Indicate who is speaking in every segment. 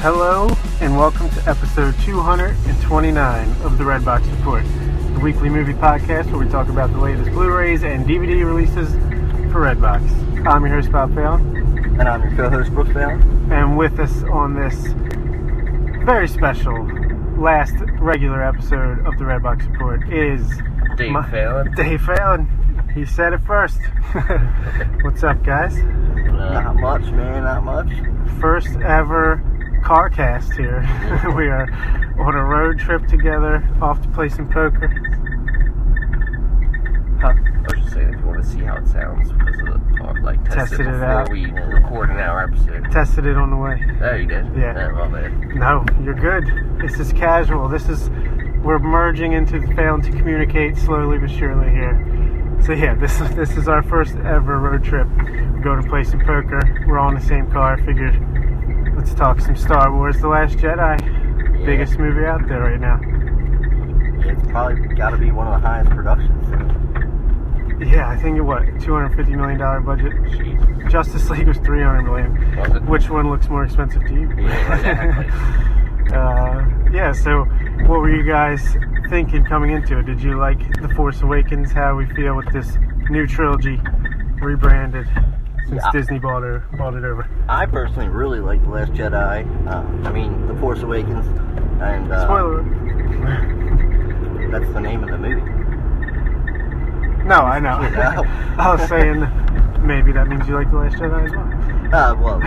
Speaker 1: Hello, and welcome to episode 229 of the Red Box Report, the weekly movie podcast where we talk about the latest Blu rays and DVD releases for Redbox. I'm your host, Bob Phelan,
Speaker 2: And I'm your co-host, Brooke Fallon.
Speaker 1: and with us on this very special last regular episode of the Redbox Report is
Speaker 2: Dave
Speaker 1: my-
Speaker 2: Fallon.
Speaker 1: Dave Fallon. He said it first. What's up, guys?
Speaker 3: Uh,
Speaker 2: Not much, man, not much.
Speaker 1: first ever car cast here. we are on a road trip together, off to play some poker.
Speaker 2: Huh. I was just saying if you want to see how it sounds because of the part, like tested,
Speaker 1: Tested it
Speaker 2: before
Speaker 1: out.
Speaker 2: we record an hour episode.
Speaker 1: Tested it on the way.
Speaker 2: Oh, you did?
Speaker 1: Yeah.
Speaker 2: well, there.
Speaker 1: No, you're good. This is casual. This is we're merging into the found to communicate slowly but surely here. So yeah, this is this is our first ever road trip. We're going to play some poker. We're all in the same car. Figured let's talk some Star Wars: The Last Jedi.
Speaker 2: Yeah.
Speaker 1: Biggest movie out there right now.
Speaker 3: It's probably got to be one of the highest productions.
Speaker 1: Yeah, I think it what 250 million dollar budget.
Speaker 2: Jeez.
Speaker 1: Justice League was 300 million.
Speaker 2: Was it?
Speaker 1: Which one looks more expensive to you?
Speaker 2: Yeah, exactly.
Speaker 1: uh, yeah, so what were you guys thinking coming into it? Did you like The Force Awakens? How we feel with this new trilogy rebranded since
Speaker 3: Yeah.
Speaker 1: Disney bought, her, bought it over?
Speaker 3: I personally really like The Last Jedi. Uh, I mean, The Force Awakens, and uh,
Speaker 1: Spoiler alert.
Speaker 3: that's the name of the movie.
Speaker 1: No, I know.
Speaker 3: You know?
Speaker 1: I was saying maybe that means you like The Last Jedi as well.
Speaker 3: Uh, well,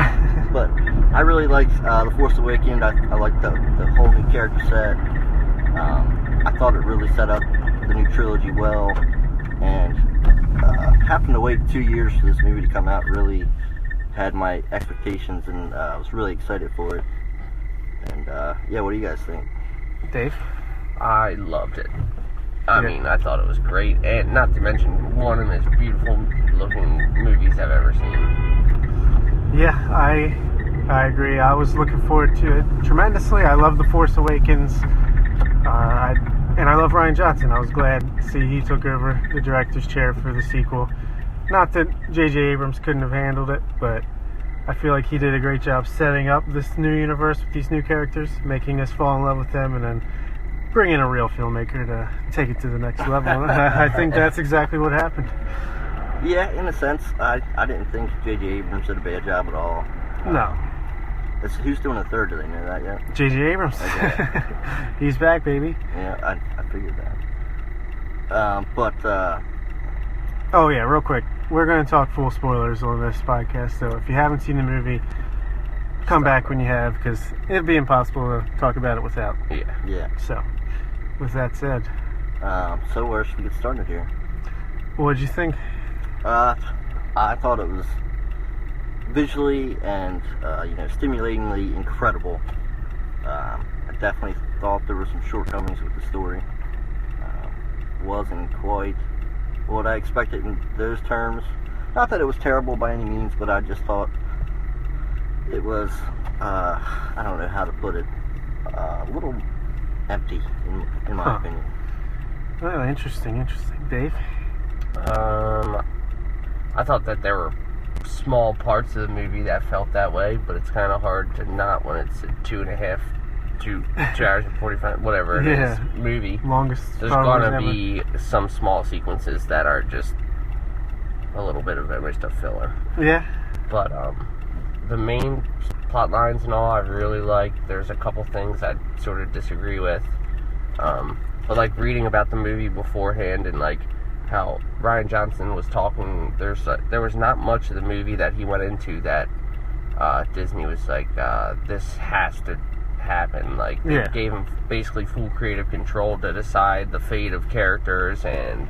Speaker 3: but I really liked uh, The Force Awakens. I, I liked the, the whole new character set. Um, I thought it really set up the new trilogy well. And uh, having to wait two years for this movie to come out really had my expectations, and uh, I was really excited for it. And uh, yeah, what do you guys think?
Speaker 1: Dave?
Speaker 2: I loved it. I
Speaker 1: Yeah.
Speaker 2: mean, I thought it was great, and not to mention one of the most beautiful looking movies I've ever seen.
Speaker 1: Yeah, I I agree. I was looking forward to it tremendously. I love The Force Awakens, uh, I, and I love Ryan Johnson. I was glad to see he took over the director's chair for the sequel. Not that J.J. Abrams couldn't have handled it, but I feel like he did a great job setting up this new universe with these new characters, making us fall in love with them, and then bringing a real filmmaker to take it to the next level. I think that's exactly what happened.
Speaker 3: Yeah, in a sense, I, I didn't think J.J. Abrams did a bad job at all.
Speaker 1: No,
Speaker 3: It's, who's doing a third? Do they know that yet?
Speaker 1: J.J. Abrams. He's back, baby.
Speaker 3: Yeah, I, I figured that. Um, but uh,
Speaker 1: Oh yeah, real quick. We're going to talk full spoilers on this podcast, so if you haven't seen the movie, come back when you have, because it'd be impossible to talk about it without.
Speaker 2: Yeah.
Speaker 3: yeah.
Speaker 1: So, with that said,
Speaker 3: Um, so where should we get started here?
Speaker 1: what'd you think?
Speaker 3: Uh, I thought it was visually and uh, you know stimulatingly incredible. Um, I definitely thought there were some shortcomings with the story. Um, wasn't quite what I expected in those terms. Not that it was terrible by any means, but I just thought it was uh, I don't know how to put it uh, a little empty in, in my
Speaker 1: Huh.
Speaker 3: opinion.
Speaker 1: Oh, interesting, interesting, Dave.
Speaker 2: Um, I thought that there were small parts of the movie that felt that way, but it's kind of hard to not when it's a two and a half, two, two hours and forty five, whatever it is,
Speaker 1: Yeah.
Speaker 2: movie.
Speaker 1: Longest
Speaker 2: There's
Speaker 1: Star Wars
Speaker 2: gonna
Speaker 1: ever.
Speaker 2: be some small sequences that are just a little bit of a waste of filler.
Speaker 1: Yeah,
Speaker 2: But um, the main plot lines and all, I really liked. There's a couple things I sort of disagree with. Um, but like reading about the movie beforehand and like how Ryan Johnson was talking, there's uh, there was not much of the movie that he went into that uh, Disney was like, uh, this has to happen. Like they
Speaker 1: Yeah.
Speaker 2: gave him basically full creative control to decide the fate of characters and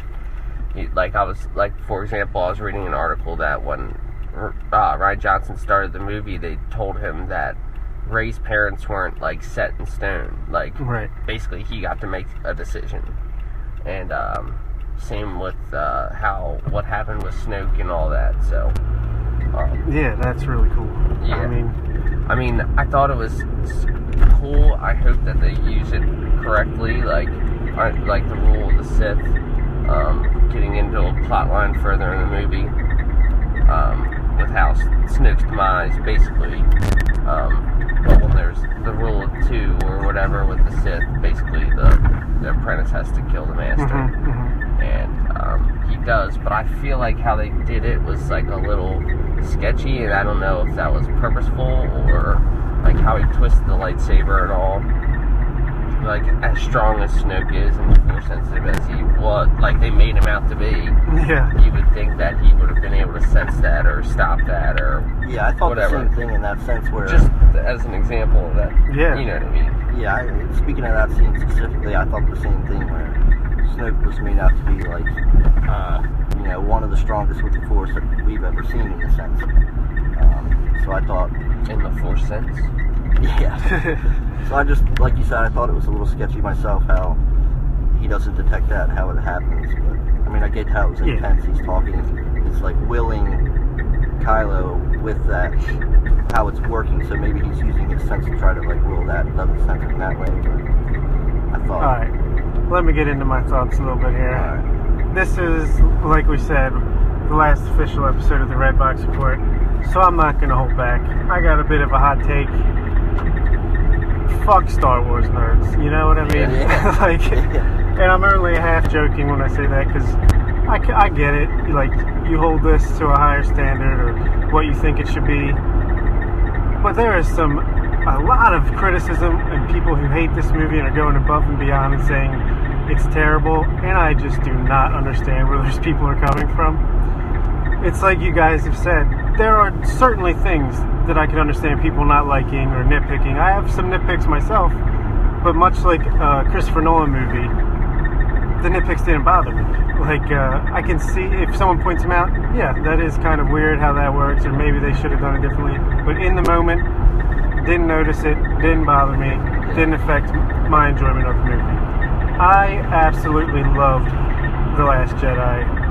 Speaker 2: he- like I was like for example, I was reading an article that when uh, Ryan Johnson started the movie, they told him that Ray's parents weren't like set in stone. Like
Speaker 1: right.
Speaker 2: basically, he got to make a decision. And um, same with uh, how what happened with Snoke and all that. So. Um,
Speaker 1: Yeah, that's really cool. I
Speaker 2: Yeah.
Speaker 1: mean,
Speaker 2: I mean, I thought it was s- cool. I hope that they use it correctly, like I, like the rule of the Sith, um, getting into a plot line further in the movie um, with how S- Snoke's demise, basically. Um, well, when there's the whatever with the Sith. Basically, the, the apprentice has to kill the master,
Speaker 1: Mhm,
Speaker 2: Mm-hmm,
Speaker 1: mhm.
Speaker 2: and um, he does. But I feel like how they did it was like a little sketchy, and I don't know if that was purposeful or like how he twisted the lightsaber at all. Like as strong as Snoke is and force sensitive as he was, like they made him out to be,
Speaker 1: Yeah.
Speaker 2: you would think that he would have been able to sense that or stop that or
Speaker 3: Yeah, I thought
Speaker 2: Whatever.
Speaker 3: the same thing in that sense where
Speaker 2: just as an example of that.
Speaker 1: Yeah.
Speaker 2: You know what I mean?
Speaker 3: Yeah, I, speaking of that scene specifically, I thought the same thing where Snoke was made out to be like, uh, you know, one of the strongest with the Force that we've ever seen in a sense. Um, so I thought,
Speaker 2: In the force sense.
Speaker 3: yeah. so I just, like you said, I thought it was a little sketchy myself how he doesn't detect that, how it happens. But I mean, I get how it was
Speaker 1: Yeah.
Speaker 3: intense. He's talking, it's like willing Kylo with that, how it's working. So maybe he's using his sense to try to like will that, doesn't sense it in that way. But I thought.
Speaker 1: All right. Let me get into my thoughts a little bit here.
Speaker 3: Alright.
Speaker 1: This is, like we said, the last official episode of the Red Box Report, so I'm not gonna hold back. I got a bit of a hot take. Fuck Star Wars nerds, you know what I mean?
Speaker 3: Yeah.
Speaker 1: like,
Speaker 3: Yeah.
Speaker 1: and I'm only half joking when I say that because I, c- I get it. Like, you hold this to a higher standard or what you think it should be. But there is some, a lot of criticism and people who hate this movie and are going above and beyond and saying it's terrible. And I just do not understand where those people are coming from it's like you guys have said, there are certainly things that I can understand people not liking or nitpicking. I have some nitpicks myself, but much like a Christopher Nolan movie, the nitpicks didn't bother me. Like, uh, I can see if someone points them out, yeah, that is kind of weird how that works, or maybe they should have done it differently. But in the moment, didn't notice it, didn't bother me, didn't affect my enjoyment of the movie. I absolutely loved The Last Jedi.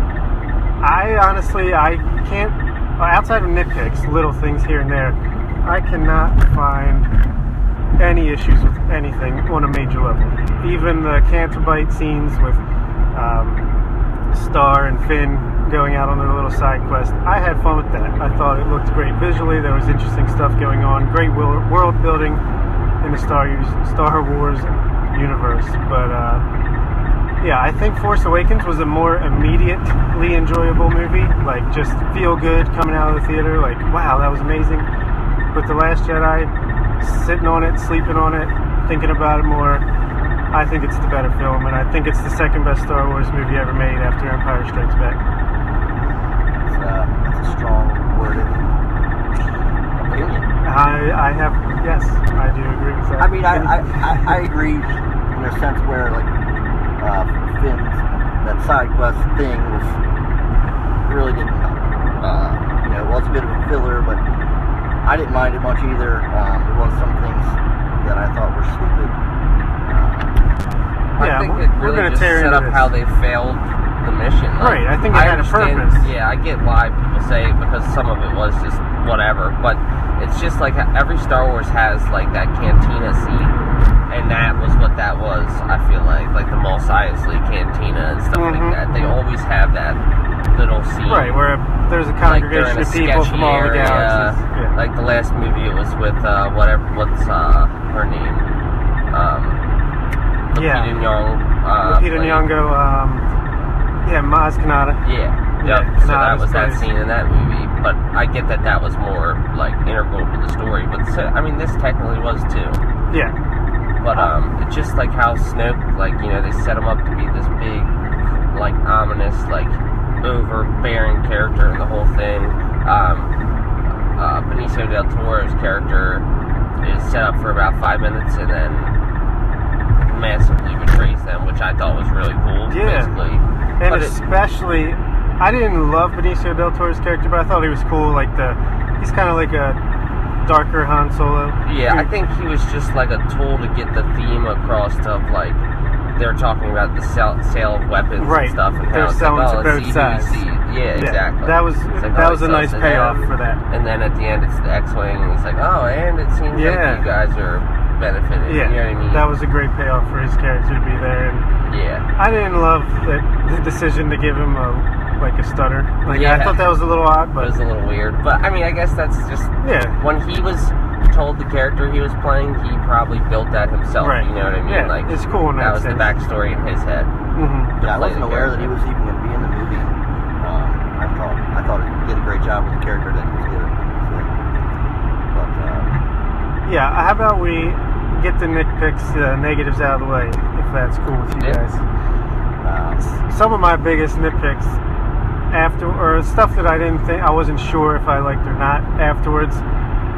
Speaker 1: I honestly, I can't. Outside of nitpicks, little things here and there, I cannot find any issues with anything on a major level. Even the Cantabite scenes with um, Star and Finn going out on their little side quest, I had fun with that. I thought it looked great visually. There was interesting stuff going on. Great wor- world building in the Star Star Wars universe, but. Uh, yeah, I think Force Awakens was a more immediately enjoyable movie. Like, just feel good coming out of the theater. Like, wow, that was amazing. But The Last Jedi, sitting on it, sleeping on it, thinking about it more, I think it's the better film, and I think it's the second best Star Wars movie ever made after Empire Strikes Back.
Speaker 3: It's, uh, it's a strong worded opinion.
Speaker 1: I, I have, yes, I do agree with that.
Speaker 3: I mean, I, I, I, I agree in a sense where, like, uh, Finn's, that side quest thing was really didn't, uh, you know, it was a bit of a filler, but I didn't mind it much either. Um, there was some things that I thought were stupid. Um,
Speaker 1: Yeah,
Speaker 2: I think
Speaker 1: we're-
Speaker 2: it
Speaker 1: we're
Speaker 2: really
Speaker 1: gonna
Speaker 2: just
Speaker 1: tear
Speaker 2: set
Speaker 1: into
Speaker 2: up
Speaker 1: this.
Speaker 2: how they failed the mission. Like,
Speaker 1: Right, I think it had a
Speaker 2: understand-
Speaker 1: purpose.
Speaker 2: Yeah, I get why people say it because some of it was just whatever, but it's just like every Star Wars has like that cantina scene, and that was what that was. I feel like like the Mos Eisley cantina and stuff
Speaker 1: Mhm.
Speaker 2: like that. They always have that little scene.
Speaker 1: right, where there's a
Speaker 2: Like they're
Speaker 1: congregation
Speaker 2: in a
Speaker 1: of people
Speaker 2: sketchy
Speaker 1: from all the
Speaker 2: area.
Speaker 1: galaxies. Yeah.
Speaker 2: Like the last movie, it was with uh, whatever. What's uh, her name? Um,
Speaker 1: Yeah.
Speaker 2: Lupita Nyong. Uh,
Speaker 1: Peter
Speaker 2: played-
Speaker 1: Nyong'o, um, yeah, Maz Kanata.
Speaker 2: Yeah.
Speaker 1: Yeah,
Speaker 2: Yep. So
Speaker 1: nah,
Speaker 2: that
Speaker 1: it's
Speaker 2: was that
Speaker 1: nice.
Speaker 2: scene in that movie. But I get that that was more like integral to the story. But so, I mean, this technically was too.
Speaker 1: Yeah,
Speaker 2: But um, it's just like how Snoke, like you know, they set him up to be this big, like ominous, like overbearing character in the whole thing. Um, uh, Benicio del Toro's character is set up for about five minutes and then massively betrays them, which I thought was really cool.
Speaker 1: Yeah.
Speaker 2: Basically,
Speaker 1: and
Speaker 2: But it-
Speaker 1: especially, I didn't love Benicio del Toro's character, but I thought he was cool. Like the, he's kind of like a darker Han Solo.
Speaker 2: Yeah, I think he was just like a tool to get the theme across of like they're talking about the sell, sale of weapons
Speaker 1: Right.
Speaker 2: and stuff and
Speaker 1: They're
Speaker 2: how it's
Speaker 1: selling
Speaker 2: like,
Speaker 1: to both
Speaker 2: oh, it's CDC.
Speaker 1: sides.
Speaker 2: Yeah, exactly.
Speaker 1: That was
Speaker 2: It's like,
Speaker 1: that
Speaker 2: oh,
Speaker 1: was a
Speaker 2: it's
Speaker 1: nice
Speaker 2: us and
Speaker 1: payoff
Speaker 2: them.
Speaker 1: for that.
Speaker 2: And then at the end, it's the X-wing, and he's like, oh, and it seems
Speaker 1: Yeah.
Speaker 2: like you guys are benefiting.
Speaker 1: Yeah,
Speaker 2: you know what I mean?
Speaker 1: that was a great payoff for his character to be there. And
Speaker 2: yeah,
Speaker 1: I didn't love that the decision to give him a like a stutter. Like I
Speaker 2: Yeah.
Speaker 1: thought that was a little odd,
Speaker 2: it
Speaker 1: but
Speaker 2: was a little weird, but I mean, I guess that's just
Speaker 1: yeah,
Speaker 2: when he was told the character he was playing, he probably built that himself.
Speaker 1: Right.
Speaker 2: You know what I mean?
Speaker 1: Yeah,
Speaker 2: like
Speaker 1: it's cool in
Speaker 2: that
Speaker 1: that
Speaker 2: was the
Speaker 1: sense.
Speaker 2: backstory in his head.
Speaker 1: hmm
Speaker 2: to
Speaker 3: Yeah, I
Speaker 2: play
Speaker 3: wasn't
Speaker 2: the
Speaker 3: aware that he
Speaker 2: character.
Speaker 3: was even going to be in the movie. Um, I thought I thought he did a great job with the character that he was given. So, but uh,
Speaker 1: Yeah. How about we get the nitpicks, the negatives out of the way, if that's cool with you
Speaker 2: Yeah.
Speaker 1: guys.
Speaker 3: uh,
Speaker 1: some of my biggest nitpicks after or stuff that I didn't think I wasn't sure if I liked or not afterwards.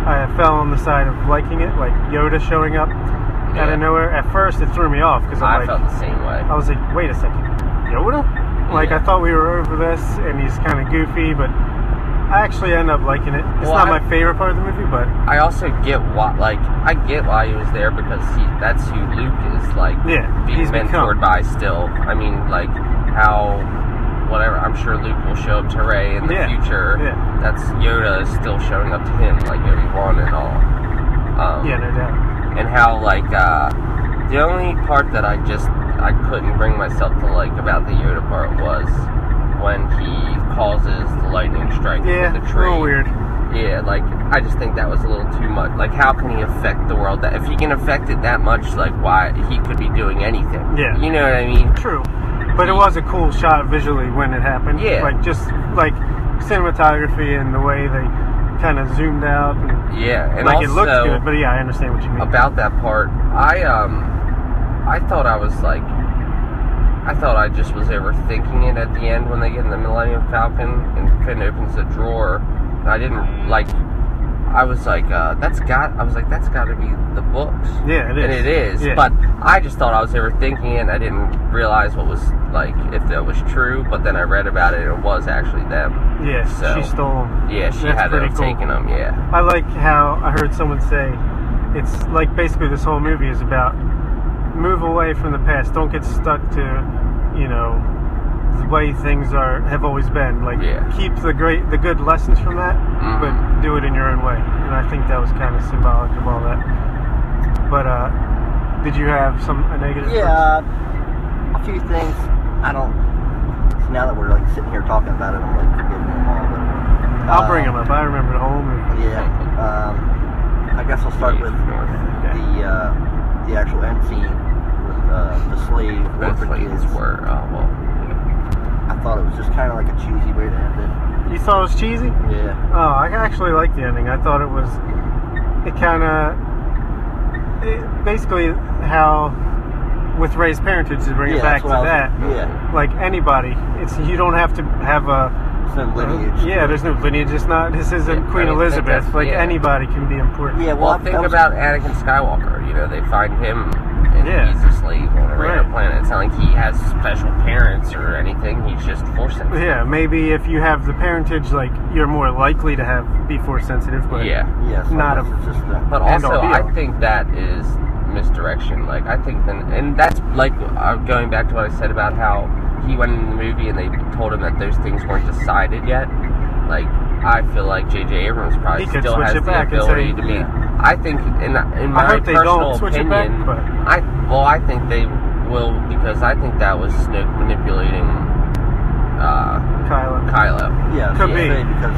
Speaker 1: I fell on the side of liking it, like Yoda showing up out
Speaker 2: Yeah.
Speaker 1: of nowhere. At first, it threw me off because
Speaker 2: I
Speaker 1: I'm like,
Speaker 2: felt the same way.
Speaker 1: I was like, wait a second, Yoda? Like
Speaker 2: Yeah.
Speaker 1: I thought we were over this, and he's kind of goofy, but I actually end up liking it. It's
Speaker 2: Well,
Speaker 1: not
Speaker 2: I-
Speaker 1: my favorite part of the movie, but
Speaker 2: I also get why, like, I get why he was there because he, that's who Luke is, like,
Speaker 1: Yeah,
Speaker 2: being
Speaker 1: he's become.
Speaker 2: mentored by still. I mean, like, how, whatever, I'm sure Luke will show up to Ray in the
Speaker 1: Yeah,
Speaker 2: future.
Speaker 1: yeah.
Speaker 2: That's Yoda is still showing up to him, like, Obi-Wan and all. Um,
Speaker 1: yeah, no doubt.
Speaker 2: and how like uh, the only part that I just I couldn't bring myself to like about the Yoda part was when he causes the lightning strike
Speaker 1: Yeah,
Speaker 2: with the
Speaker 1: a
Speaker 2: tree.
Speaker 1: little weird.
Speaker 2: Yeah, like I just think that was a little too much. Like, how can he affect the world? That if he can affect it that much, like why he could be doing anything?
Speaker 1: Yeah.
Speaker 2: you know what I mean.
Speaker 1: True, but it was a cool shot visually when it happened.
Speaker 2: Yeah.
Speaker 1: like just like cinematography and the way they kind of zoomed out and,
Speaker 2: Yeah, and
Speaker 1: like
Speaker 2: also
Speaker 1: it looked good. But yeah, I understand what you mean.
Speaker 2: about that part, I um, I thought I was like, I thought I just was overthinking it at the end when they get in the Millennium Falcon and Finn opens the drawer, and I didn't like. I was like, uh, that's got. I was like, that's got to be the books.
Speaker 1: yeah, it is.
Speaker 2: And it is,
Speaker 1: Yeah.
Speaker 2: but I just thought I was overthinking it. and I didn't realize what was like if that was true. But then I read about it, and it was actually them.
Speaker 1: yeah,
Speaker 2: so-
Speaker 1: she stole. 'em.
Speaker 2: Yeah, she
Speaker 1: That's
Speaker 2: had them
Speaker 1: pretty cool.
Speaker 2: taking them. Yeah,
Speaker 1: I like how I heard someone say it's like basically this whole movie is about move away from the past. Don't get stuck to you know the way things are have always been. Like
Speaker 2: Yeah.
Speaker 1: keep the great the good lessons from that,
Speaker 2: Mhm.
Speaker 1: but do it in your own way. And I think that was kind of symbolic of all that. But uh, did you have some a negative?
Speaker 3: yeah, uh, a few things. I don't. So now that we're like sitting here talking about it, I'm like forgetting them all. But
Speaker 1: I'll
Speaker 3: uh,
Speaker 1: bring him up. I remember the whole movie.
Speaker 3: Yeah. Um, I guess I'll start with the uh, the actual end scene with uh, the slave
Speaker 2: both
Speaker 3: orphan
Speaker 2: ladies
Speaker 3: kids.
Speaker 2: were. Uh, well,
Speaker 3: I thought it was just kind of like a cheesy way to end it.
Speaker 1: You thought it was cheesy?
Speaker 3: Yeah.
Speaker 1: Oh, I actually like the ending. I thought it was, it kind of, it basically how with Ray's parentage to bring
Speaker 3: yeah,
Speaker 1: it back
Speaker 3: that's
Speaker 1: to
Speaker 3: what I
Speaker 1: that.
Speaker 3: was- Yeah.
Speaker 1: Like anybody, it's you don't have to have a
Speaker 3: Some lineage.
Speaker 1: Uh-huh. yeah, there's no lineage. It's not. This isn't
Speaker 2: Yeah,
Speaker 1: Queen
Speaker 2: I mean,
Speaker 1: Elizabeth.
Speaker 2: that's-
Speaker 1: Like
Speaker 2: yeah.
Speaker 1: anybody can be important.
Speaker 3: Yeah, well,
Speaker 2: well,
Speaker 3: I-
Speaker 2: think
Speaker 3: that was-
Speaker 2: about Anakin Skywalker. You know, they find him and
Speaker 1: Yeah.
Speaker 2: he's a slave on a
Speaker 1: Right.
Speaker 2: random planet. It's not like he has special parents or anything. He's just forced into it.
Speaker 1: Yeah, maybe if you have the parentage, like you're more likely to have be force sensitive. But
Speaker 2: Yeah.
Speaker 3: Yeah. So
Speaker 1: Not
Speaker 3: Not
Speaker 1: a-
Speaker 3: It's just a,
Speaker 2: But
Speaker 1: And
Speaker 2: also,
Speaker 1: or be
Speaker 2: I
Speaker 1: all.
Speaker 2: think that is misdirection. Like, I think then, and that's like uh, going back to what I said about how he went in the movie and they told him that those things weren't decided yet. Like, I feel like J.J. Abrams probably
Speaker 1: He could
Speaker 2: still
Speaker 1: switch
Speaker 2: has
Speaker 1: it
Speaker 2: the
Speaker 1: back and say-
Speaker 2: ability to be. I think, in, in
Speaker 1: I
Speaker 2: my
Speaker 1: hope they
Speaker 2: personal
Speaker 1: don't switch it back,
Speaker 2: opinion,
Speaker 1: but
Speaker 2: I well, I think they will because I think that was Snoke manipulating uh,
Speaker 1: Kylo.
Speaker 2: Kylo.
Speaker 3: yeah.
Speaker 1: Could
Speaker 3: so
Speaker 1: be.
Speaker 3: say, because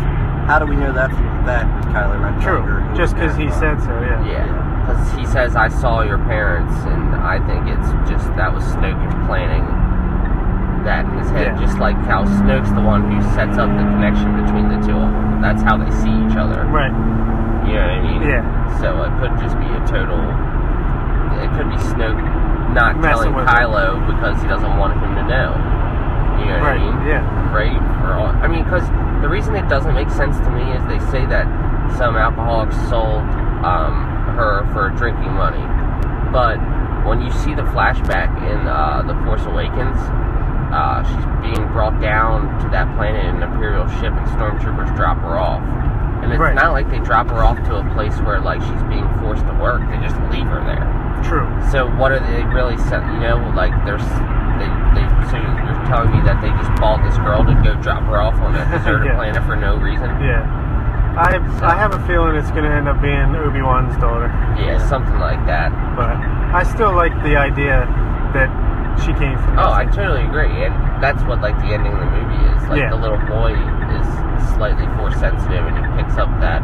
Speaker 3: how do we know that's even back with Kylo Uh, Ren?
Speaker 1: True,
Speaker 3: Jr.,
Speaker 1: just because he
Speaker 3: who's-
Speaker 1: said so. Yeah.
Speaker 2: Yeah, because he says I saw your parents, and I think it's just that was Snoke planning that in his head,
Speaker 1: Yeah.
Speaker 2: just like how Snoke's the one who sets up the connection between the two of them. That's how they see each other.
Speaker 1: Right.
Speaker 2: You know what I mean?
Speaker 1: Yeah.
Speaker 2: So it could just be a total. It could be Snoke not
Speaker 1: Messing
Speaker 2: telling
Speaker 1: with him.
Speaker 2: Kylo because he doesn't want him to know. You know what I mean?
Speaker 1: Right. Yeah.
Speaker 2: great for all. I mean, because the reason it doesn't make sense to me is they say that some alcoholics sold um, her for drinking money, but when you see the flashback in uh, the Force Awakens, uh, she's being brought down to that planet in an Imperial ship, and stormtroopers drop her off. And it's
Speaker 1: Right.
Speaker 2: not like they drop her off to a place where like she's being forced to work; they just leave her there.
Speaker 1: True.
Speaker 2: So what are they really set? You know, like there's they they. So you're telling me that they just bought this girl to go drop her off on a deserted
Speaker 1: Yeah.
Speaker 2: planet for no reason?
Speaker 1: Yeah. I I have a feeling it's going to end up being Obi Wan's daughter,
Speaker 2: Yeah, something like that.
Speaker 1: but I still like the idea that she came from.
Speaker 2: Oh, I totally agree, and that's what like the ending of the movie is. Like
Speaker 1: Yeah.
Speaker 2: the little boy is slightly force sensitive, and he picks up that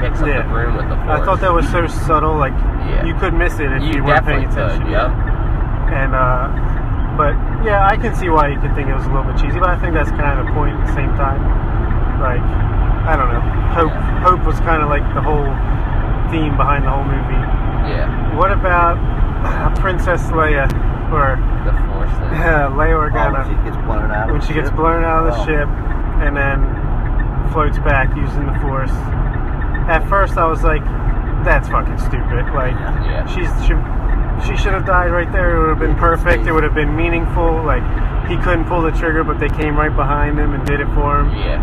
Speaker 2: picks up
Speaker 1: Yeah.
Speaker 2: the broom with the force.
Speaker 1: I thought that was so subtle, like
Speaker 2: Yeah.
Speaker 1: you could miss it if you,
Speaker 2: you
Speaker 1: weren't paying
Speaker 2: definitely
Speaker 1: attention.
Speaker 2: could. Yep.
Speaker 1: And uh, but yeah, I can see why you could think it was a little bit cheesy, but I think that's kind of the point at the same time. Like I don't know, hope
Speaker 2: Yeah.
Speaker 1: hope was kind of like the whole theme behind the whole movie.
Speaker 2: Yeah.
Speaker 1: What about Princess Leia or
Speaker 2: The force. Thing.
Speaker 1: Leia
Speaker 3: Oh,
Speaker 1: Organa
Speaker 3: she gets blown out. of
Speaker 1: when
Speaker 3: the
Speaker 1: she gets
Speaker 3: ship.
Speaker 1: blown out of the
Speaker 3: Oh.
Speaker 1: ship and then floats back using the Force? At first, I was like, "That's fucking stupid." Like.
Speaker 2: Yeah.
Speaker 1: She's she, she should have died right there. It would have been perfect. It would have been meaningful. Like he couldn't pull the trigger, but they came right behind him and did it for him.
Speaker 2: Yeah.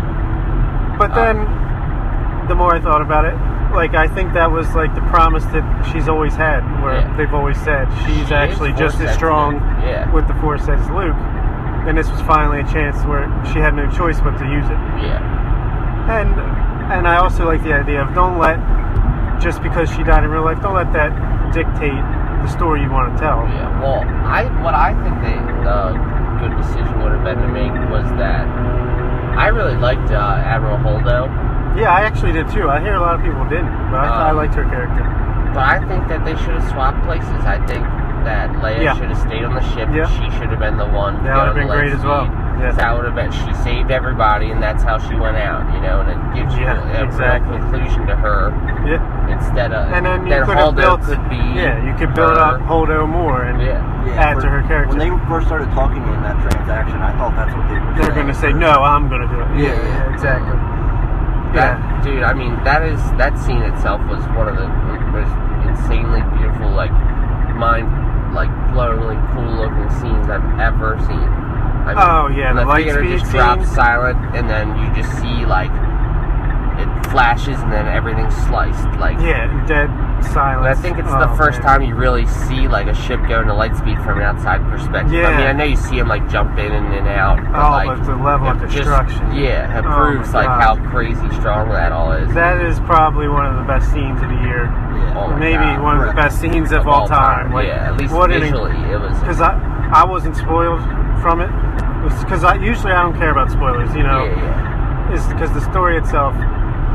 Speaker 1: But
Speaker 2: Uh.
Speaker 1: then, the more I thought about it, like I think that was like the promise that she's always had, where
Speaker 2: Yeah.
Speaker 1: they've always said she's
Speaker 2: She
Speaker 1: actually
Speaker 2: is
Speaker 1: just
Speaker 2: force
Speaker 1: as strong
Speaker 2: sensitive. Yeah.
Speaker 1: with the force as Luke. And this was finally a chance where she had no choice but to use it.
Speaker 2: Yeah.
Speaker 1: And and I also like the idea of don't let just because she died in real life, don't let that dictate the story you want to tell.
Speaker 2: Yeah. Well, I what I think they uh, good decision would have been to make was that I really liked uh, Admiral Holdo.
Speaker 1: Yeah, I actually did too. I hear a lot of people didn't, but I, I
Speaker 2: Um,
Speaker 1: liked her character.
Speaker 2: But I think that they should have swapped places. I think that Leia
Speaker 1: Yeah.
Speaker 2: should have stayed on the ship.
Speaker 1: Yeah.
Speaker 2: and She should have been the one. to
Speaker 1: That
Speaker 2: go
Speaker 1: would have
Speaker 2: on the
Speaker 1: been great
Speaker 2: light
Speaker 1: as well.
Speaker 2: speed.
Speaker 1: Yeah.
Speaker 2: That would have been. She saved everybody, and that's how she went out. You know, and it gives you
Speaker 1: Yeah,
Speaker 2: a, a
Speaker 1: exactly.
Speaker 2: real conclusion to her
Speaker 1: Yeah,
Speaker 2: instead of.
Speaker 1: and then you
Speaker 2: that
Speaker 1: could have
Speaker 2: Holdo
Speaker 1: built.
Speaker 2: could be.
Speaker 1: yeah, you could build
Speaker 2: her.
Speaker 1: up Holdo more, and
Speaker 2: Uh, Yeah.
Speaker 1: add to her character.
Speaker 3: When they first started talking in that transaction, I thought that's what they were
Speaker 1: they're going to say, "No, I'm going to do it."
Speaker 3: Yeah, yeah.
Speaker 1: exactly.
Speaker 2: That,
Speaker 1: Yeah,
Speaker 2: Dude, I mean, that is that scene itself was one of the most insanely beautiful, like mind, like blowingly cool looking scenes I've ever seen. I mean,
Speaker 1: Oh, yeah,
Speaker 2: and
Speaker 1: the
Speaker 2: the
Speaker 1: light
Speaker 2: theater
Speaker 1: speed
Speaker 2: just drops
Speaker 1: scene.
Speaker 2: silent, and then you just see like it flashes, and then everything's sliced. Like,
Speaker 1: yeah, dead
Speaker 2: and I
Speaker 1: silence.
Speaker 2: think it's
Speaker 1: Oh,
Speaker 2: the first
Speaker 1: man.
Speaker 2: time you really see like a ship going to light speed from an outside perspective. I
Speaker 1: Yeah.
Speaker 2: mean, I know you see them like jump in and, and out.
Speaker 1: Oh,
Speaker 2: like,
Speaker 1: but the level of
Speaker 2: it just-
Speaker 1: destruction.
Speaker 2: yeah, it
Speaker 1: Oh, my
Speaker 2: proves like
Speaker 1: God.
Speaker 2: how crazy strong that all is.
Speaker 1: That is probably one of the best scenes of the year.
Speaker 2: Oh my
Speaker 1: Maybe
Speaker 2: God.
Speaker 1: one of the
Speaker 3: Right.
Speaker 1: best scenes of, all time. Like,
Speaker 2: yeah, at least
Speaker 1: what an
Speaker 2: visually, it was.
Speaker 1: because I I wasn't spoiled from it. Because I usually I don't care about spoilers, you know.
Speaker 2: Yeah,
Speaker 1: It's because the story itself,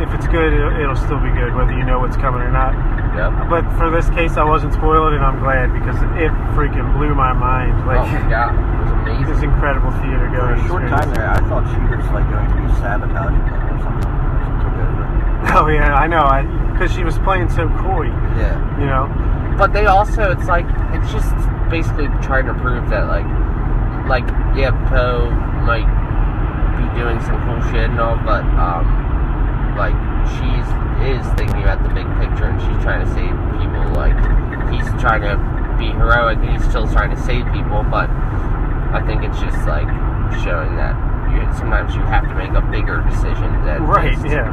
Speaker 1: if it's good, it'll, it'll still be good whether you know what's coming or not.
Speaker 2: yeah. Yep.
Speaker 1: But for this case, I wasn't spoiled, and I'm glad because it freaking blew my mind.
Speaker 2: oh my
Speaker 1: Like
Speaker 2: god, it was
Speaker 1: it was
Speaker 2: amazing.
Speaker 1: incredible theater
Speaker 3: For
Speaker 1: going.
Speaker 3: a short time
Speaker 1: experience.
Speaker 3: there, I thought she was like going to be sabotaging them or something. She took over.
Speaker 1: Oh yeah, I know. I because she was playing so coy,
Speaker 3: Yeah.
Speaker 1: you know.
Speaker 2: But they also, it's like it's just basically trying to prove that, like, like yeah, Poe might be doing some cool shit and all, but um, like she's is thinking about the big picture and she's trying to save people. Like he's trying to be heroic and he's still trying to save people, but I think it's just like showing that you sometimes you have to make a bigger decision than
Speaker 1: Right?
Speaker 2: just,
Speaker 1: Yeah.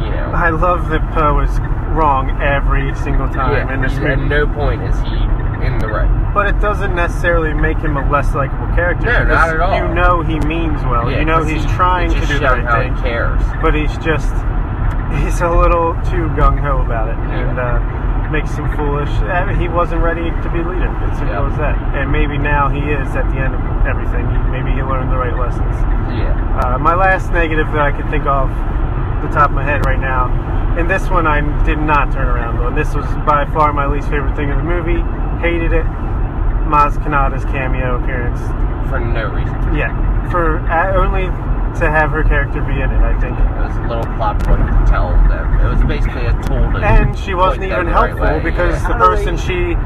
Speaker 2: you know.
Speaker 1: I love that Poe is wrong every single time
Speaker 2: Yeah,
Speaker 1: in this
Speaker 2: he's-
Speaker 1: movie.
Speaker 2: At no point is he in the right.
Speaker 1: But it doesn't necessarily make him a less likable character.
Speaker 2: No, not
Speaker 1: because
Speaker 2: at all.
Speaker 1: You know he means well.
Speaker 2: Yeah,
Speaker 1: Oh, you know
Speaker 2: 'cause
Speaker 1: he's
Speaker 2: he-
Speaker 1: trying
Speaker 2: it
Speaker 1: to
Speaker 2: just
Speaker 1: do the
Speaker 2: showed how
Speaker 1: right
Speaker 2: He
Speaker 1: thing,
Speaker 2: cares.
Speaker 1: but he's just he's a little too gung ho about it,
Speaker 2: Yeah.
Speaker 1: and uh, makes him foolish. I mean, he wasn't ready to be leader. It's simple
Speaker 2: Yeah.
Speaker 1: as that. And maybe now he is at the end of everything. He, maybe he learned the right lessons.
Speaker 2: Yeah.
Speaker 1: Uh, my last negative that I can think of the top of my head right now, and this one I did not turn around on. This was by far my least favorite thing of the movie. Hated it. Maz Kanata's cameo appearance.
Speaker 2: For no reason.
Speaker 1: Yeah, for uh, only to have her character be in it, I think.
Speaker 2: It was a little plot point to tell them. It was basically a tool to.
Speaker 1: And she wasn't
Speaker 2: point
Speaker 1: even
Speaker 2: them the right
Speaker 1: helpful
Speaker 2: way,
Speaker 1: because
Speaker 2: Yeah.
Speaker 1: the
Speaker 3: How do
Speaker 1: person
Speaker 3: they-
Speaker 1: she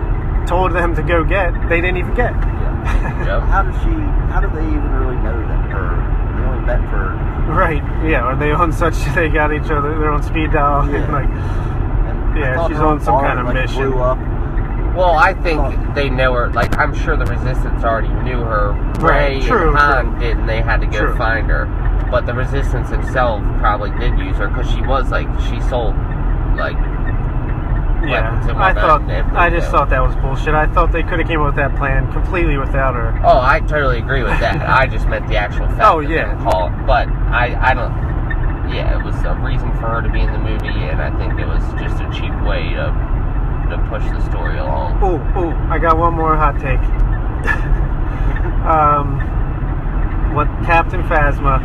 Speaker 1: told them to go get, they didn't even get.
Speaker 2: yeah. Yep.
Speaker 3: How does she? How do they even really know that her? They only met for.
Speaker 1: Right? Yeah, are they on such? They got each other. They're on speed dial.
Speaker 3: Yeah.
Speaker 1: Like,
Speaker 3: And I
Speaker 1: Yeah,
Speaker 3: thought
Speaker 1: she's
Speaker 3: her
Speaker 1: on some
Speaker 3: bar,
Speaker 1: kind of
Speaker 3: like,
Speaker 1: mission.
Speaker 3: Blew up.
Speaker 2: Well, I think they know her. Like, I'm sure the Resistance already knew her. Ray
Speaker 1: Right, true,
Speaker 2: and Han did, and they had to go
Speaker 1: True.
Speaker 2: find her. But the Resistance itself probably did use her because she was like she sold, like
Speaker 1: Yeah,
Speaker 2: weapons and
Speaker 1: I
Speaker 2: whatnot
Speaker 1: thought
Speaker 2: and everything,
Speaker 1: I just
Speaker 2: so-
Speaker 1: thought that was bullshit. I thought they could have came up with that plan completely without her.
Speaker 2: Oh, I totally agree with that. I just meant the actual fact.
Speaker 1: Oh,
Speaker 2: of
Speaker 1: yeah.
Speaker 2: the Call, but I, I don't. Yeah, it was a reason for her to be in the movie, and I think it was just a cheap way to to push the story along.
Speaker 1: Oh, oh, I got one more hot take. um, what Captain Phasma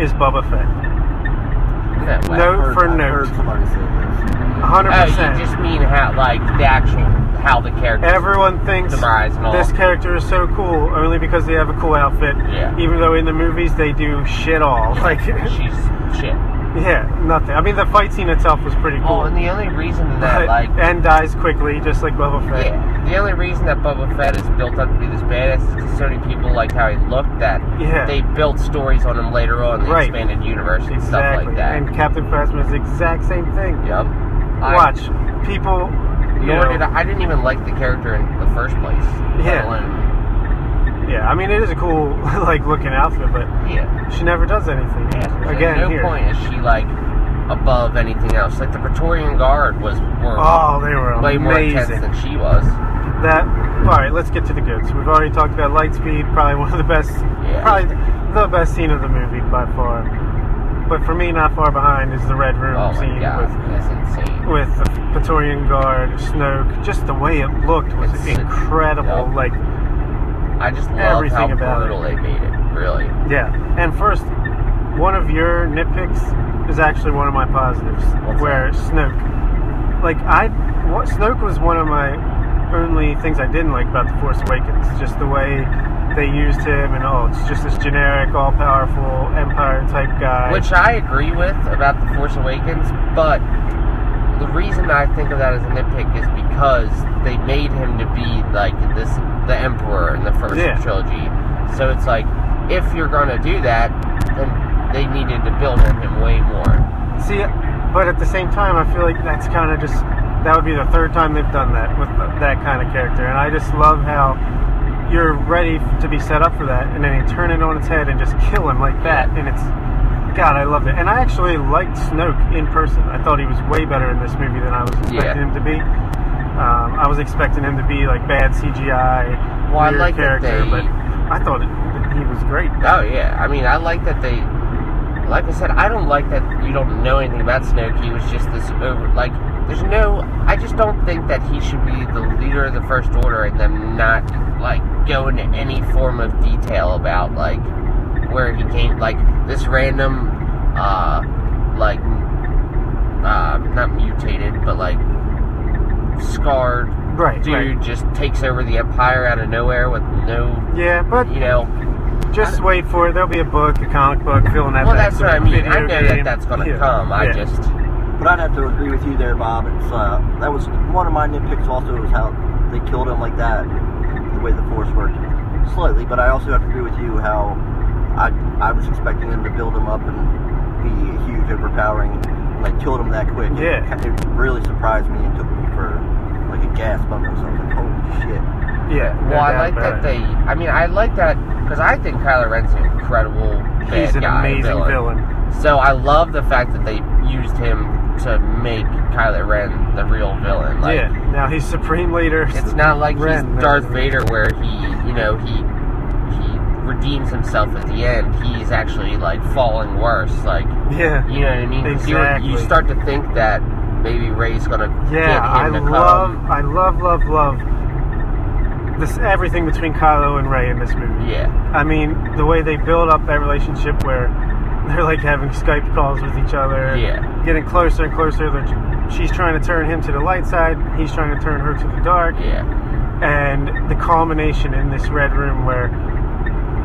Speaker 1: is Boba Fett.
Speaker 2: that way.
Speaker 1: No. Note
Speaker 3: I've heard-
Speaker 1: for
Speaker 3: I've
Speaker 1: note.
Speaker 3: heard somebody say this.
Speaker 1: 100%.
Speaker 2: Oh, you just mean how, like, the actual, how the character.
Speaker 1: Everyone thinks
Speaker 2: Demise and all.
Speaker 1: this character is so cool only because they have a cool outfit.
Speaker 2: Yeah.
Speaker 1: Even though in the movies they do shit all. Like,
Speaker 2: She's shit.
Speaker 1: yeah, nothing. I mean, the fight scene itself was pretty cool.
Speaker 2: Well, and the only reason that,
Speaker 1: But-
Speaker 2: like,
Speaker 1: and dies quickly, just like Boba Fett.
Speaker 2: yeah, the only reason that Boba Fett is built up to be this badass is because so many people like how he looked. That
Speaker 1: Yeah.
Speaker 2: they built stories on him later on in the
Speaker 1: Right.
Speaker 2: expanded universe and
Speaker 1: Exactly.
Speaker 2: stuff like that.
Speaker 1: And Captain Phasma is the exact same thing.
Speaker 2: yep.
Speaker 1: Watch. People.
Speaker 2: I,
Speaker 1: You
Speaker 2: nor
Speaker 1: know,
Speaker 2: did I, I didn't even like the character in the first place. Let
Speaker 1: Yeah.
Speaker 2: alone,
Speaker 1: Yeah, I mean, it is a cool, like, looking outfit, but
Speaker 2: yeah.
Speaker 1: she never does anything.
Speaker 2: yeah.
Speaker 1: Again,
Speaker 2: At no
Speaker 1: here.
Speaker 2: point is she like above anything else. Like the Praetorian Guard was were
Speaker 1: Oh, they were
Speaker 2: way more intense
Speaker 1: amazing.
Speaker 2: than she was.
Speaker 1: That all right? Let's get to the goods. We've already talked about Lightspeed, probably one of the best,
Speaker 2: Yeah.
Speaker 1: probably the best scene of the movie by far. But for me, not far behind is the Red Room
Speaker 2: Oh my
Speaker 1: scene
Speaker 2: god, that's insane.
Speaker 1: with with the Praetorian Guard, Snoke. Just the way it looked was
Speaker 2: It's- it's-
Speaker 1: incredible.
Speaker 2: yeah.
Speaker 1: Like
Speaker 2: I just love how
Speaker 1: everything about
Speaker 2: brutal they made it. Really.
Speaker 1: yeah. And first, one of your nitpicks is actually one of my positives,
Speaker 2: What's
Speaker 1: where Snoke. Like I, what, Snoke was one of my only things I didn't like about the Force Awakens. Just the way they used him, and oh, it's just this generic, all-powerful Empire type guy.
Speaker 2: Which I agree with about The Force Awakens, but the reason I think of that as a nitpick is because they made him to be like this the Emperor in the first
Speaker 1: Yeah.
Speaker 2: trilogy. So it's like if you're gonna do that, then they needed to build on him way more.
Speaker 1: See, but at the same time, I feel like that's kind of just that would be the third time they've done that with th- that kind of character, and I just love how you're ready f- to be set up for that, and then you turn it on its head and just kill him like that, and it's God, I loved it. And I actually liked Snoke in person. I thought he was way better in this movie than I was expecting
Speaker 2: Yeah.
Speaker 1: him to be. Um, I was expecting him to be like bad CGI,
Speaker 2: Well, I
Speaker 1: weird
Speaker 2: like that
Speaker 1: character,
Speaker 2: they-
Speaker 1: but I thought it, he was great.
Speaker 2: Oh yeah, I mean I like that they, like I said, I don't like that you don't know anything about Snoke. He was just this over like. There's no. I just don't think that he should be the leader of the First Order and them not like go into any form of detail about like where he came. Like this random, uh, like, uh, not mutated, but like scarred
Speaker 1: Right,
Speaker 2: dude
Speaker 1: right.
Speaker 2: just takes over the Empire out of nowhere with no,
Speaker 1: Yeah, but
Speaker 2: you know,
Speaker 1: Just wait for it. There'll be a book, a comic book, filling that.
Speaker 2: Well,
Speaker 1: back
Speaker 2: that's
Speaker 1: with
Speaker 2: what I
Speaker 1: a
Speaker 2: mean.
Speaker 1: video
Speaker 2: I know
Speaker 1: game.
Speaker 2: that that's gonna
Speaker 1: Yeah.
Speaker 2: come. I
Speaker 1: Yeah.
Speaker 2: just
Speaker 3: But I'd have to agree with you there, Bob. It's uh, that was one of my nitpicks. Also, was how they killed him like that, the way the force worked, slightly. But I also have to agree with you how I I was expecting them to build him up and be huge, overpowering, and like killed him that quick.
Speaker 1: Yeah.
Speaker 3: it, kind of really surprised me and took me for like a gas bump or something. Holy shit!
Speaker 1: Yeah. no
Speaker 2: well, I
Speaker 1: doubt
Speaker 2: like
Speaker 1: about
Speaker 2: that
Speaker 1: it.
Speaker 2: they. I mean, I like that because I think Kylo Ren's an incredible bad
Speaker 1: He's an
Speaker 2: guy
Speaker 1: amazing
Speaker 2: villain.
Speaker 1: villain.
Speaker 2: So I love the fact that they used him to make Kylo Ren the real villain. Like,
Speaker 1: yeah. Now he's supreme leader.
Speaker 2: It's not like
Speaker 1: Ren,
Speaker 2: he's
Speaker 1: no.
Speaker 2: Darth Vader where he, you know, he he redeems himself at the end. He's actually like falling worse. Like
Speaker 1: Yeah.
Speaker 2: you know what I mean? 'Cause you- You
Speaker 1: Exactly.
Speaker 2: start to think that maybe Ray's gonna
Speaker 1: Yeah. I
Speaker 2: get him to
Speaker 1: love.
Speaker 2: come.
Speaker 1: I love. Love. Love. This everything between Kylo and Ray in this movie.
Speaker 2: Yeah.
Speaker 1: I mean, the way they build up that relationship where they're like having Skype calls with each other.
Speaker 2: Yeah.
Speaker 1: Getting closer and closer. They're, she's trying to turn him to the light side. He's trying to turn her to the dark.
Speaker 2: Yeah,
Speaker 1: and the culmination in this red room where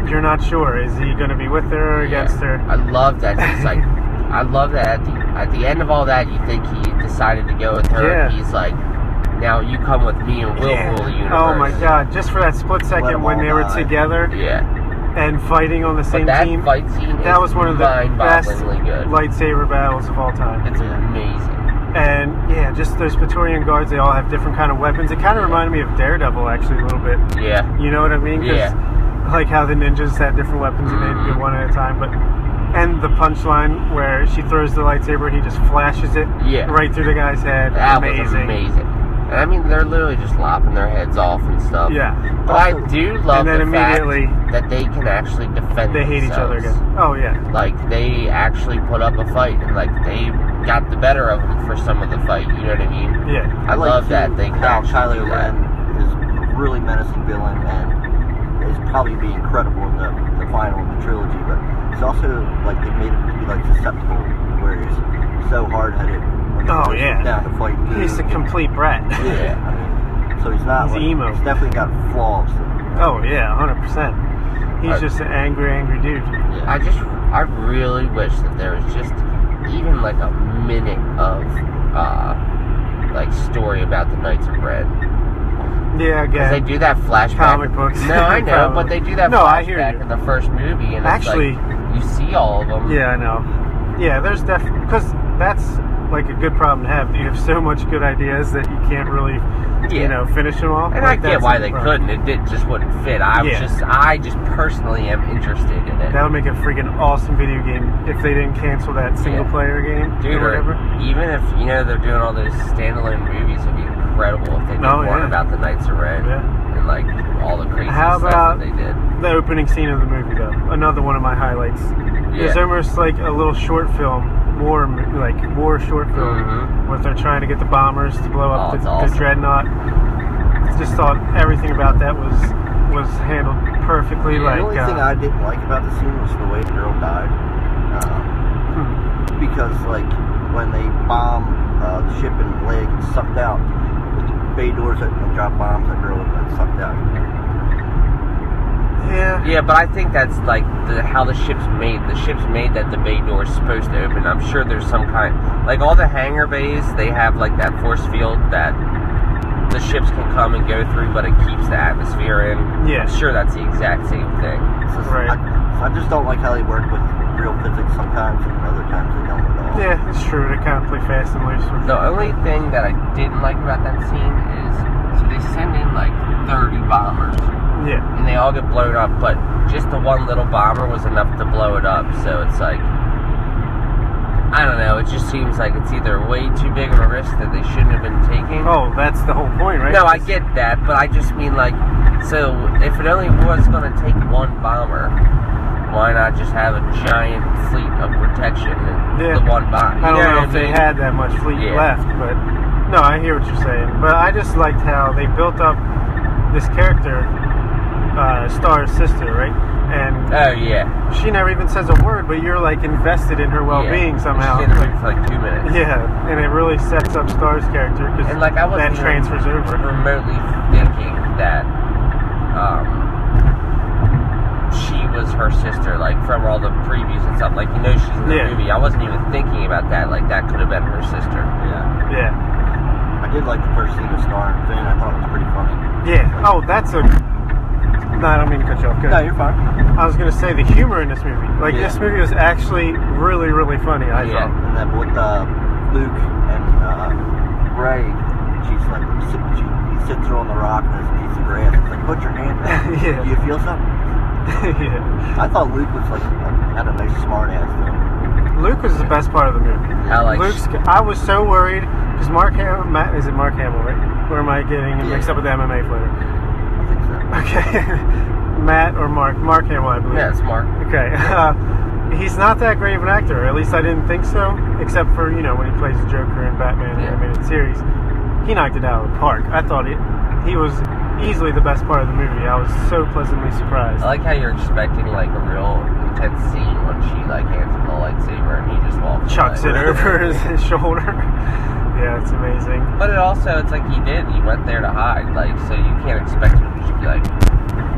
Speaker 1: you're not sure is he going to be with her or against
Speaker 2: yeah.
Speaker 1: her
Speaker 2: I love that. He's like, I love that. At the, at the end of all that, you think he decided to go with her.
Speaker 1: Yeah.
Speaker 2: He's like, now you come with me and we'll
Speaker 1: Yeah.
Speaker 2: rule the universe.
Speaker 1: oh my god just for that split second
Speaker 3: them
Speaker 1: when
Speaker 3: all
Speaker 1: they were
Speaker 3: die.
Speaker 1: together
Speaker 2: Yeah,
Speaker 1: and fighting on the
Speaker 2: but
Speaker 1: same
Speaker 2: that
Speaker 1: team
Speaker 2: fight scene
Speaker 1: that
Speaker 2: is
Speaker 1: was one of the best
Speaker 2: mind-bogglingly good.
Speaker 1: lightsaber battles of all time
Speaker 2: it's amazing.
Speaker 1: and yeah just those praetorian guards they all have different kind of weapons it kind of reminded me of daredevil actually a little bit
Speaker 2: Yeah,
Speaker 1: You know what I mean? 'Cause,
Speaker 2: Yeah.
Speaker 1: Like how the ninjas had different weapons and they did
Speaker 2: Mhm.
Speaker 1: one at a time, but and the punchline where she throws the lightsaber, he just flashes it
Speaker 2: Yeah.
Speaker 1: right through the guy's head.
Speaker 2: that
Speaker 1: amazing.
Speaker 2: was amazing. And I mean, they're literally just lopping their heads off and stuff.
Speaker 1: Yeah,
Speaker 2: but I do
Speaker 1: And
Speaker 2: love
Speaker 1: then
Speaker 2: the fact
Speaker 1: immediately-
Speaker 2: that they can actually defend.
Speaker 1: they hate each other
Speaker 2: themselves.
Speaker 1: again. Oh yeah,
Speaker 2: like they actually put up a fight and like they got the better of him for some of the fight. You know what I mean?
Speaker 1: yeah,
Speaker 2: I, love that they
Speaker 3: thing.
Speaker 2: can
Speaker 3: How
Speaker 2: actually
Speaker 3: Kylo
Speaker 2: do that.
Speaker 3: Ren is a really menacing villain and is probably be incredible in the, the final of the trilogy, but it's also like they made it to be like susceptible where he's so hard headed.
Speaker 1: Oh, yeah.
Speaker 3: down to fight.
Speaker 1: He's a
Speaker 3: Putin.
Speaker 1: complete brat.
Speaker 3: Yeah, I mean, so he's not.
Speaker 1: He's
Speaker 3: like,
Speaker 1: emo.
Speaker 3: He's definitely got flaws.
Speaker 1: Oh yeah, hundred percent. He's
Speaker 2: I-
Speaker 1: just an angry, angry dude.
Speaker 2: I just, I really wish that there was just even like a minute of, uh, like story about the Knights of Red.
Speaker 1: Yeah, I
Speaker 2: Because
Speaker 1: guess.
Speaker 2: they do that flashback.
Speaker 1: Comic books.
Speaker 2: No, I know,
Speaker 1: Probably.
Speaker 2: but they do that
Speaker 1: No,
Speaker 2: flashback
Speaker 1: I hear you.
Speaker 2: in the first movie, and
Speaker 1: Actually-
Speaker 2: it's like, you see all of them.
Speaker 1: Yeah, I know. Yeah, there's definitely because that's like a good problem to have. You have so much good ideas that you can't really,
Speaker 2: Yeah.
Speaker 1: you know, finish them all.
Speaker 2: And
Speaker 1: Like,
Speaker 2: I get
Speaker 1: that's
Speaker 2: why
Speaker 1: a
Speaker 2: they
Speaker 1: problem.
Speaker 2: couldn't. It did, just wouldn't fit. I was
Speaker 1: Yeah.
Speaker 2: just, I just personally am interested in it.
Speaker 1: That would make a freaking awesome video game if they didn't cancel that single player game
Speaker 2: Dude,
Speaker 1: or
Speaker 2: or
Speaker 1: whatever.
Speaker 2: even if you know they're doing all those standalone movies, it'd be incredible if they did
Speaker 1: Oh,
Speaker 2: one
Speaker 1: yeah.
Speaker 2: about the Knights of Red
Speaker 1: Yeah.
Speaker 2: and like all the crazy
Speaker 1: How
Speaker 2: stuff
Speaker 1: about-
Speaker 2: that they did.
Speaker 1: The opening scene of the movie, though, another one of my highlights. There's
Speaker 2: Yeah.
Speaker 1: almost like a little short film, war, mo- like war short film,
Speaker 2: Mhm.
Speaker 1: where they're trying to get the bombers to blow
Speaker 2: Oh,
Speaker 1: up
Speaker 2: it's
Speaker 1: the,
Speaker 2: awesome.
Speaker 1: the dreadnought. Just thought everything about that was was handled perfectly.
Speaker 2: Yeah,
Speaker 1: like
Speaker 3: the only
Speaker 1: uh,
Speaker 3: thing I didn't like about the scene was the way the girl died. Um,
Speaker 1: hmm.
Speaker 3: because like when they bomb uh, the ship and leg gets sucked out, the bay doors open and drop bombs. That girl would have been sucked out.
Speaker 1: Yeah.
Speaker 2: Yeah, but I think that's like the, how the ship's made. The ship's made that the bay door is supposed to open. I'm sure there's some kind, like all the hangar bays, they have like that force field that the ships can come and go through, but it keeps the atmosphere in.
Speaker 1: Yeah.
Speaker 2: I'm sure that's the exact same thing.
Speaker 3: It's just-
Speaker 1: Right.
Speaker 3: I, so I just don't like how they work with real physics sometimes, and other times they don't at all.
Speaker 1: Yeah, it's true. They kind of play fast and loose with
Speaker 2: The only thing that I didn't like about that scene is so they send in like 30 bombers
Speaker 1: Yeah.
Speaker 2: and they all get blown up, but just the one little bomber was enough to blow it up. So it's like, I don't know, it just seems like it's either way too big of a risk that they shouldn't have been taking.
Speaker 1: Oh, that's the whole point, right?
Speaker 2: No, I get that, but I just mean like, so if it only was going to take one bomber, why not just have a giant fleet of protection and
Speaker 1: Yeah.
Speaker 2: the one bomber?
Speaker 1: I don't know if they had that much fleet
Speaker 2: Yeah.
Speaker 1: left, but no, I hear what you're saying. But I just liked how they built up this character, uh, Star's sister, right? And
Speaker 2: Oh yeah.
Speaker 1: she never even says a word, but you're like invested in her well-being
Speaker 2: Yeah.
Speaker 1: somehow.
Speaker 2: She did it for like two minutes.
Speaker 1: yeah, and it really sets up Star's character because
Speaker 2: And like I wasn't
Speaker 1: that transfers
Speaker 2: even
Speaker 1: over.
Speaker 2: remotely thinking that um, she was her sister, like from all the previews and stuff. Like you know she's in the
Speaker 1: Yeah.
Speaker 2: movie. I wasn't even thinking about that. Like that could have been her sister.
Speaker 3: Yeah.
Speaker 1: Yeah,
Speaker 3: I did like the first scene with Star and Finn. I thought it was pretty funny.
Speaker 1: yeah. Oh, that's a. No, I don't mean to cut you off. Go
Speaker 3: No,
Speaker 1: ahead.
Speaker 3: you're fine.
Speaker 1: I was gonna say the humor in this movie. Like
Speaker 3: Yeah.
Speaker 1: this movie was actually really, really funny. I
Speaker 2: Yeah.
Speaker 1: thought.
Speaker 3: And then with uh, Luke and uh, Ray, she's like, she, she, he sits her on the rock and there's a piece of grass. It's like, put your hand down.
Speaker 1: Yeah.
Speaker 3: Do you feel something?
Speaker 1: yeah.
Speaker 3: I thought Luke was like, I don't know, smart ass though.
Speaker 1: Luke was the best part of the movie.
Speaker 2: How like
Speaker 1: Luke's. I was so worried because Mark Hamill. Ma- is it Mark Hamill? Right? Or am I getting it mixed
Speaker 2: Yeah.
Speaker 1: up with the MMA fighter?
Speaker 3: I think so.
Speaker 1: Okay. Matt or Mark? Mark Hamill, I believe.
Speaker 2: yeah, it's Mark.
Speaker 1: Okay. Uh, he's not that great of an actor. At least I didn't think so. Except for you know when he plays the Joker in Batman the
Speaker 2: Yeah.
Speaker 1: animated series, he knocked it out of the park. I thought it. He was easily the best part of the movie. I was so pleasantly surprised.
Speaker 2: I like how you're expecting like a real intense scene when she like hands him the lightsaber and he just walks.
Speaker 1: Chucks it
Speaker 2: away.
Speaker 1: over his, his shoulder. yeah, it's amazing.
Speaker 2: But it also, it's like he did. He went there to hide, like so you can't expect him to just be like,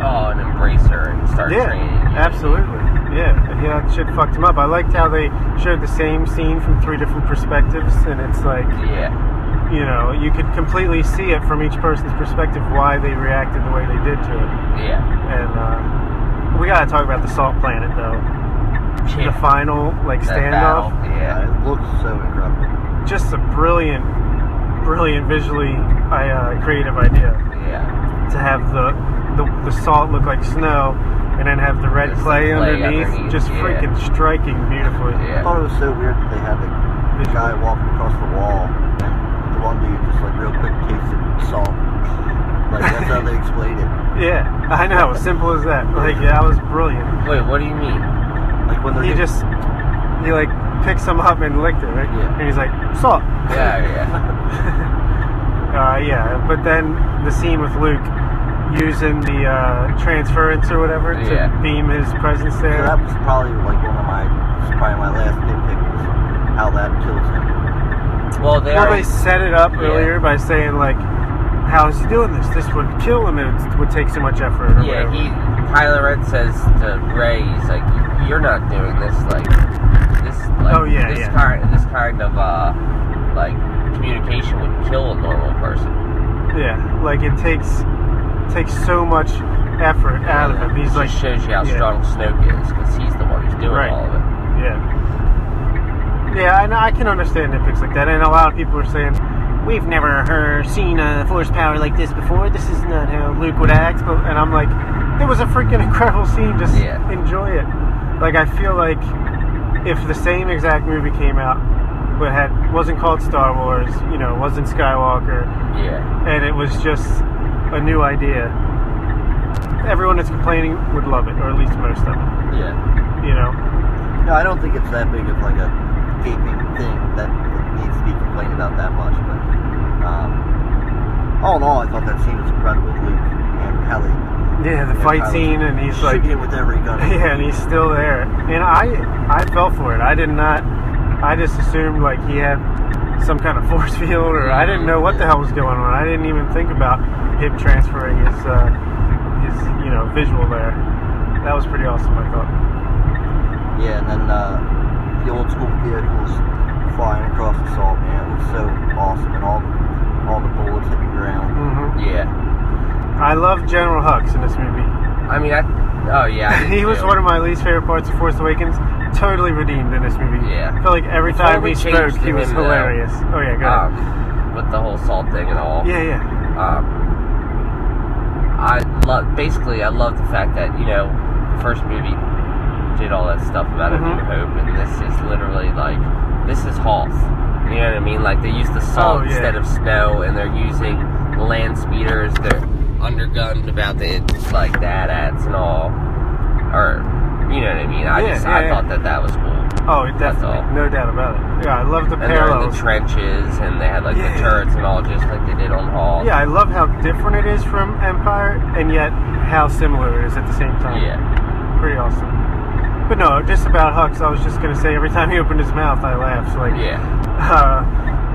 Speaker 2: oh, and embrace her and start
Speaker 1: Yeah,
Speaker 2: training.
Speaker 1: absolutely. Yeah, yeah, that shit fucked him up. I liked how they showed the same scene from three different perspectives, and it's like
Speaker 2: Yeah,
Speaker 1: you know you could completely see it from each person's perspective why they reacted the way they did to it.
Speaker 2: yeah.
Speaker 1: And uh, we gotta talk about the Salt Planet though. The final like
Speaker 2: That
Speaker 1: standoff,
Speaker 2: battle, Yeah.
Speaker 3: Yeah, it looks so incredible.
Speaker 1: just a brilliant, brilliant visually I, uh, creative idea
Speaker 2: Yeah.
Speaker 1: to have the, the the salt look like snow, and then have the red
Speaker 2: Just the
Speaker 1: clay,
Speaker 2: clay
Speaker 1: underneath,
Speaker 2: underneath,
Speaker 1: just
Speaker 2: yeah.
Speaker 1: freaking striking beautifully.
Speaker 3: I
Speaker 2: Yeah.
Speaker 3: thought it was so weird that they had the, the guy walking across the wall and the one dude just like real quick tasted salt. Like that's how they explained it.
Speaker 1: Yeah, I know. Simple as that. Like yeah, that was brilliant.
Speaker 2: Wait, what do you mean?
Speaker 3: Like when they're
Speaker 1: He
Speaker 3: getting-
Speaker 1: just he like picks them up and licked it, right?
Speaker 3: Yeah.
Speaker 1: And he's like salt.
Speaker 2: Yeah, yeah.
Speaker 1: Uh, yeah, but then the scene with Luke using the uh, transference or whatever
Speaker 2: Yeah.
Speaker 1: to beam his presence
Speaker 3: So
Speaker 1: there.
Speaker 3: that was probably like one of my, it's probably my last nitpick was how that kills him.
Speaker 2: Well, they
Speaker 1: Well,
Speaker 2: are.
Speaker 1: they set it up
Speaker 2: Yeah.
Speaker 1: earlier by saying like, "How is he doing this? This would kill him. It would take so much effort." Or
Speaker 2: Yeah,
Speaker 1: whatever.
Speaker 2: he Kylo Ren says to Ray, he's like, "You're not doing this like this like
Speaker 1: Oh, yeah,
Speaker 2: this
Speaker 1: yeah.
Speaker 2: kind this kind of uh like communication would kill a normal person."
Speaker 1: Yeah, like it takes takes so much effort out of him. He's
Speaker 2: It
Speaker 1: like,
Speaker 2: just shows you how
Speaker 1: yeah.
Speaker 2: strong Snoke is because he's the one who's doing
Speaker 1: Right.
Speaker 2: all of it.
Speaker 1: yeah, yeah. And I can understand nitpicks like that. And a lot of people are saying, "We've never heard seen a force power like this before. This is not how Luke would act." But and I'm like, it was a freaking incredible scene. Just
Speaker 2: Yeah.
Speaker 1: enjoy it. Like I feel like if the same exact movie came out, but had wasn't called Star Wars, you know, wasn't Skywalker,
Speaker 2: Yeah,
Speaker 1: and it was just a new idea. Everyone that's complaining would love it, or at least most of it.
Speaker 3: Yeah.
Speaker 1: You know,
Speaker 3: No, I don't think it's that big of like a gaping thing that needs to be complained about that much. But um, all in all, I thought that scene was incredible with Luke and how they
Speaker 1: yeah, the
Speaker 3: Yeah, I
Speaker 1: fight
Speaker 3: was-
Speaker 1: scene, and he's
Speaker 3: shoot
Speaker 1: like,
Speaker 3: him with every gun.
Speaker 1: yeah, and he's still there. And I, I fell for it. I did not. I just assumed like he had some kind of force field, or I didn't know what the hell was going on. I didn't even think about him transferring his, uh, his, you know, visual there. That was pretty awesome. I thought.
Speaker 3: Yeah, and then uh, the old school vehicles flying across the salt, man, it was so awesome, and all all the bullets hitting the ground.
Speaker 2: Mm-hmm.
Speaker 1: hmm
Speaker 2: yeah.
Speaker 1: I love General Hux in this movie.
Speaker 2: I mean, I oh yeah, I did
Speaker 1: he was
Speaker 2: too.
Speaker 1: one of my least favorite parts of Force Awakens. Totally redeemed in this movie.
Speaker 2: Yeah.
Speaker 1: I feel like every
Speaker 2: Before
Speaker 1: time he
Speaker 2: we changed
Speaker 1: spoke, he
Speaker 2: him uh,
Speaker 1: was
Speaker 2: into that-
Speaker 1: hilarious. Oh yeah, go ahead.
Speaker 2: um, with the whole salt thing and all.
Speaker 1: yeah, yeah,
Speaker 2: Um, I love basically I love the fact that you know the first movie did all that stuff about a
Speaker 1: Mhm.
Speaker 2: new hope, and this is literally like this is Hoth. You know what I mean? Like they use the salt
Speaker 1: Oh, yeah.
Speaker 2: instead of snow, and they're using land speeders. They're undergunned about the like that ads and all, or you know what I mean? I
Speaker 1: Yeah,
Speaker 2: just
Speaker 1: yeah,
Speaker 2: I
Speaker 1: yeah.
Speaker 2: thought that that was cool.
Speaker 1: Oh, it
Speaker 2: That's
Speaker 1: definitely,
Speaker 2: all.
Speaker 1: no doubt about it. Yeah, I love the
Speaker 2: And they're in
Speaker 1: parallels.
Speaker 2: the trenches, and they had like
Speaker 1: Yeah.
Speaker 2: the turrets and all, just like they did on Hoth.
Speaker 1: yeah, I love how different it is from Empire, and yet how similar it is at the same time.
Speaker 2: Yeah.
Speaker 1: pretty awesome. But no, just about Hux. I was just gonna say every time he opened his mouth, I laughed. Like,
Speaker 2: Yeah.
Speaker 1: uh,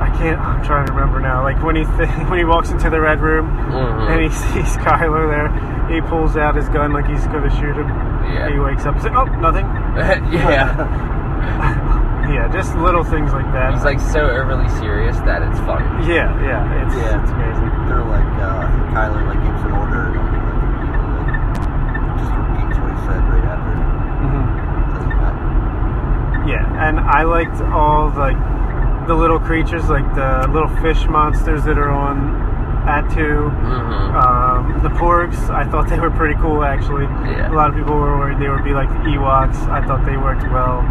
Speaker 1: I can't. I'm trying to remember now. Like when he th- when he walks into the red room,
Speaker 2: Mhm.
Speaker 1: and he sees Kylo there. He pulls out his gun like he's going to shoot him.
Speaker 2: Yeah.
Speaker 1: He wakes up and says, "Oh, nothing."
Speaker 2: yeah.
Speaker 1: Yeah, just little things like that.
Speaker 2: He's like so overly serious that it's funny.
Speaker 1: "Yeah, yeah, it's,
Speaker 3: Yeah.
Speaker 1: it's amazing."
Speaker 3: They're like, uh, I think Kyler like gives an order, and he like, you know, like just repeats what he said right after.
Speaker 1: hmm
Speaker 3: Doesn't matter.
Speaker 1: Yeah, and I liked all like the little creatures, like the little fish monsters that are on Atu.
Speaker 2: Mm-hmm.
Speaker 1: Um, the porgs, I thought they were pretty cool actually.
Speaker 2: Yeah.
Speaker 1: A lot of people were worried they would be like the Ewoks. I thought they worked well.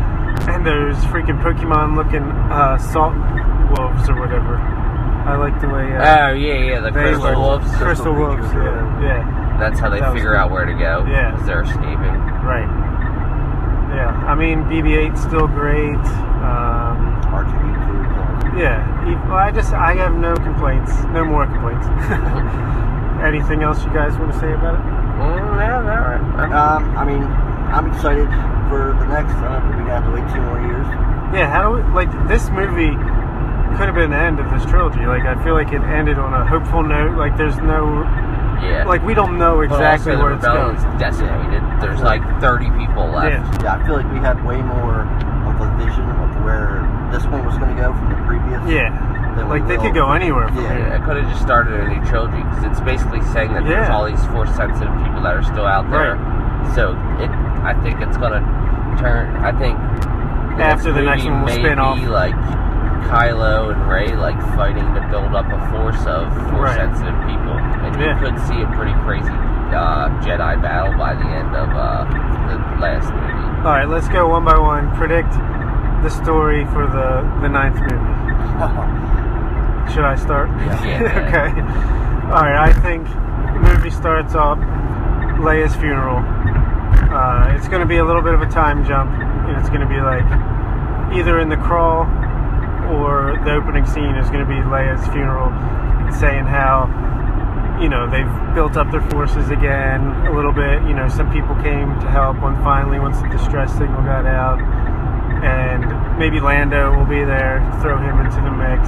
Speaker 1: And those freaking Pokemon looking uh, salt wolves or whatever. I like the way uh,
Speaker 2: Oh yeah, yeah, the
Speaker 1: they
Speaker 2: crystal
Speaker 1: were-
Speaker 2: wolves.
Speaker 1: Crystal
Speaker 3: Crystal
Speaker 1: wolves,
Speaker 3: creatures,
Speaker 1: yeah. yeah.
Speaker 2: That's how they
Speaker 1: That was
Speaker 2: figure
Speaker 1: cool.
Speaker 2: out where to go.
Speaker 1: Yeah.
Speaker 2: 'cause they're escaping.
Speaker 1: Right. Yeah. I mean, BB 8's still great. Um,
Speaker 3: R2D2.
Speaker 1: yeah. E- well, I just, I have no complaints. No more complaints. Anything else you guys want to say about it?
Speaker 2: Mm, yeah, alright. I'm-
Speaker 3: Um, I mean, I'm excited for the next. I don't know, we have to wait two more years.
Speaker 1: Yeah, how do we, like this movie could have been the end of this trilogy. Like I feel like it ended on a hopeful note. Like there's no
Speaker 2: yeah.
Speaker 1: Uh, like we don't know
Speaker 2: But
Speaker 1: exactly
Speaker 2: also
Speaker 1: where
Speaker 2: the
Speaker 1: it's going.
Speaker 2: rebellion's decimated. There's like 30 people left.
Speaker 1: Yeah.
Speaker 3: Yeah, I feel like we had way more of a vision of where this one was going to go from the previous.
Speaker 1: Yeah.
Speaker 3: than we
Speaker 1: Like they
Speaker 3: will.
Speaker 1: could go anywhere from
Speaker 3: Yeah.
Speaker 1: here.
Speaker 2: I could have just started a new trilogy because it's basically saying that there's
Speaker 1: Yeah.
Speaker 2: all these force sensitive people that are still out there. So it, I think it's gonna turn. I think
Speaker 1: After the next
Speaker 2: movie
Speaker 1: one will
Speaker 2: may
Speaker 1: spin
Speaker 2: be,
Speaker 1: off.
Speaker 2: like Kylo and Ray like fighting to build up a force of force sensitive people, and you
Speaker 1: Yeah.
Speaker 2: could see a pretty crazy uh, Jedi battle by the end of uh, the last movie.
Speaker 1: All right, let's go one by one. Predict the story for the the ninth movie. Should I start?
Speaker 2: Yeah, man.
Speaker 1: okay. All right. I think the movie starts off Leia's funeral. Uh, it's going to be a little bit of a time jump, and it's going to be like either in the crawl or the opening scene is going to be Leia's funeral, saying how you know they've built up their forces again a little bit. You know, some people came to help when finally once the distress signal got out, and maybe Lando will be there, throw him into the mix.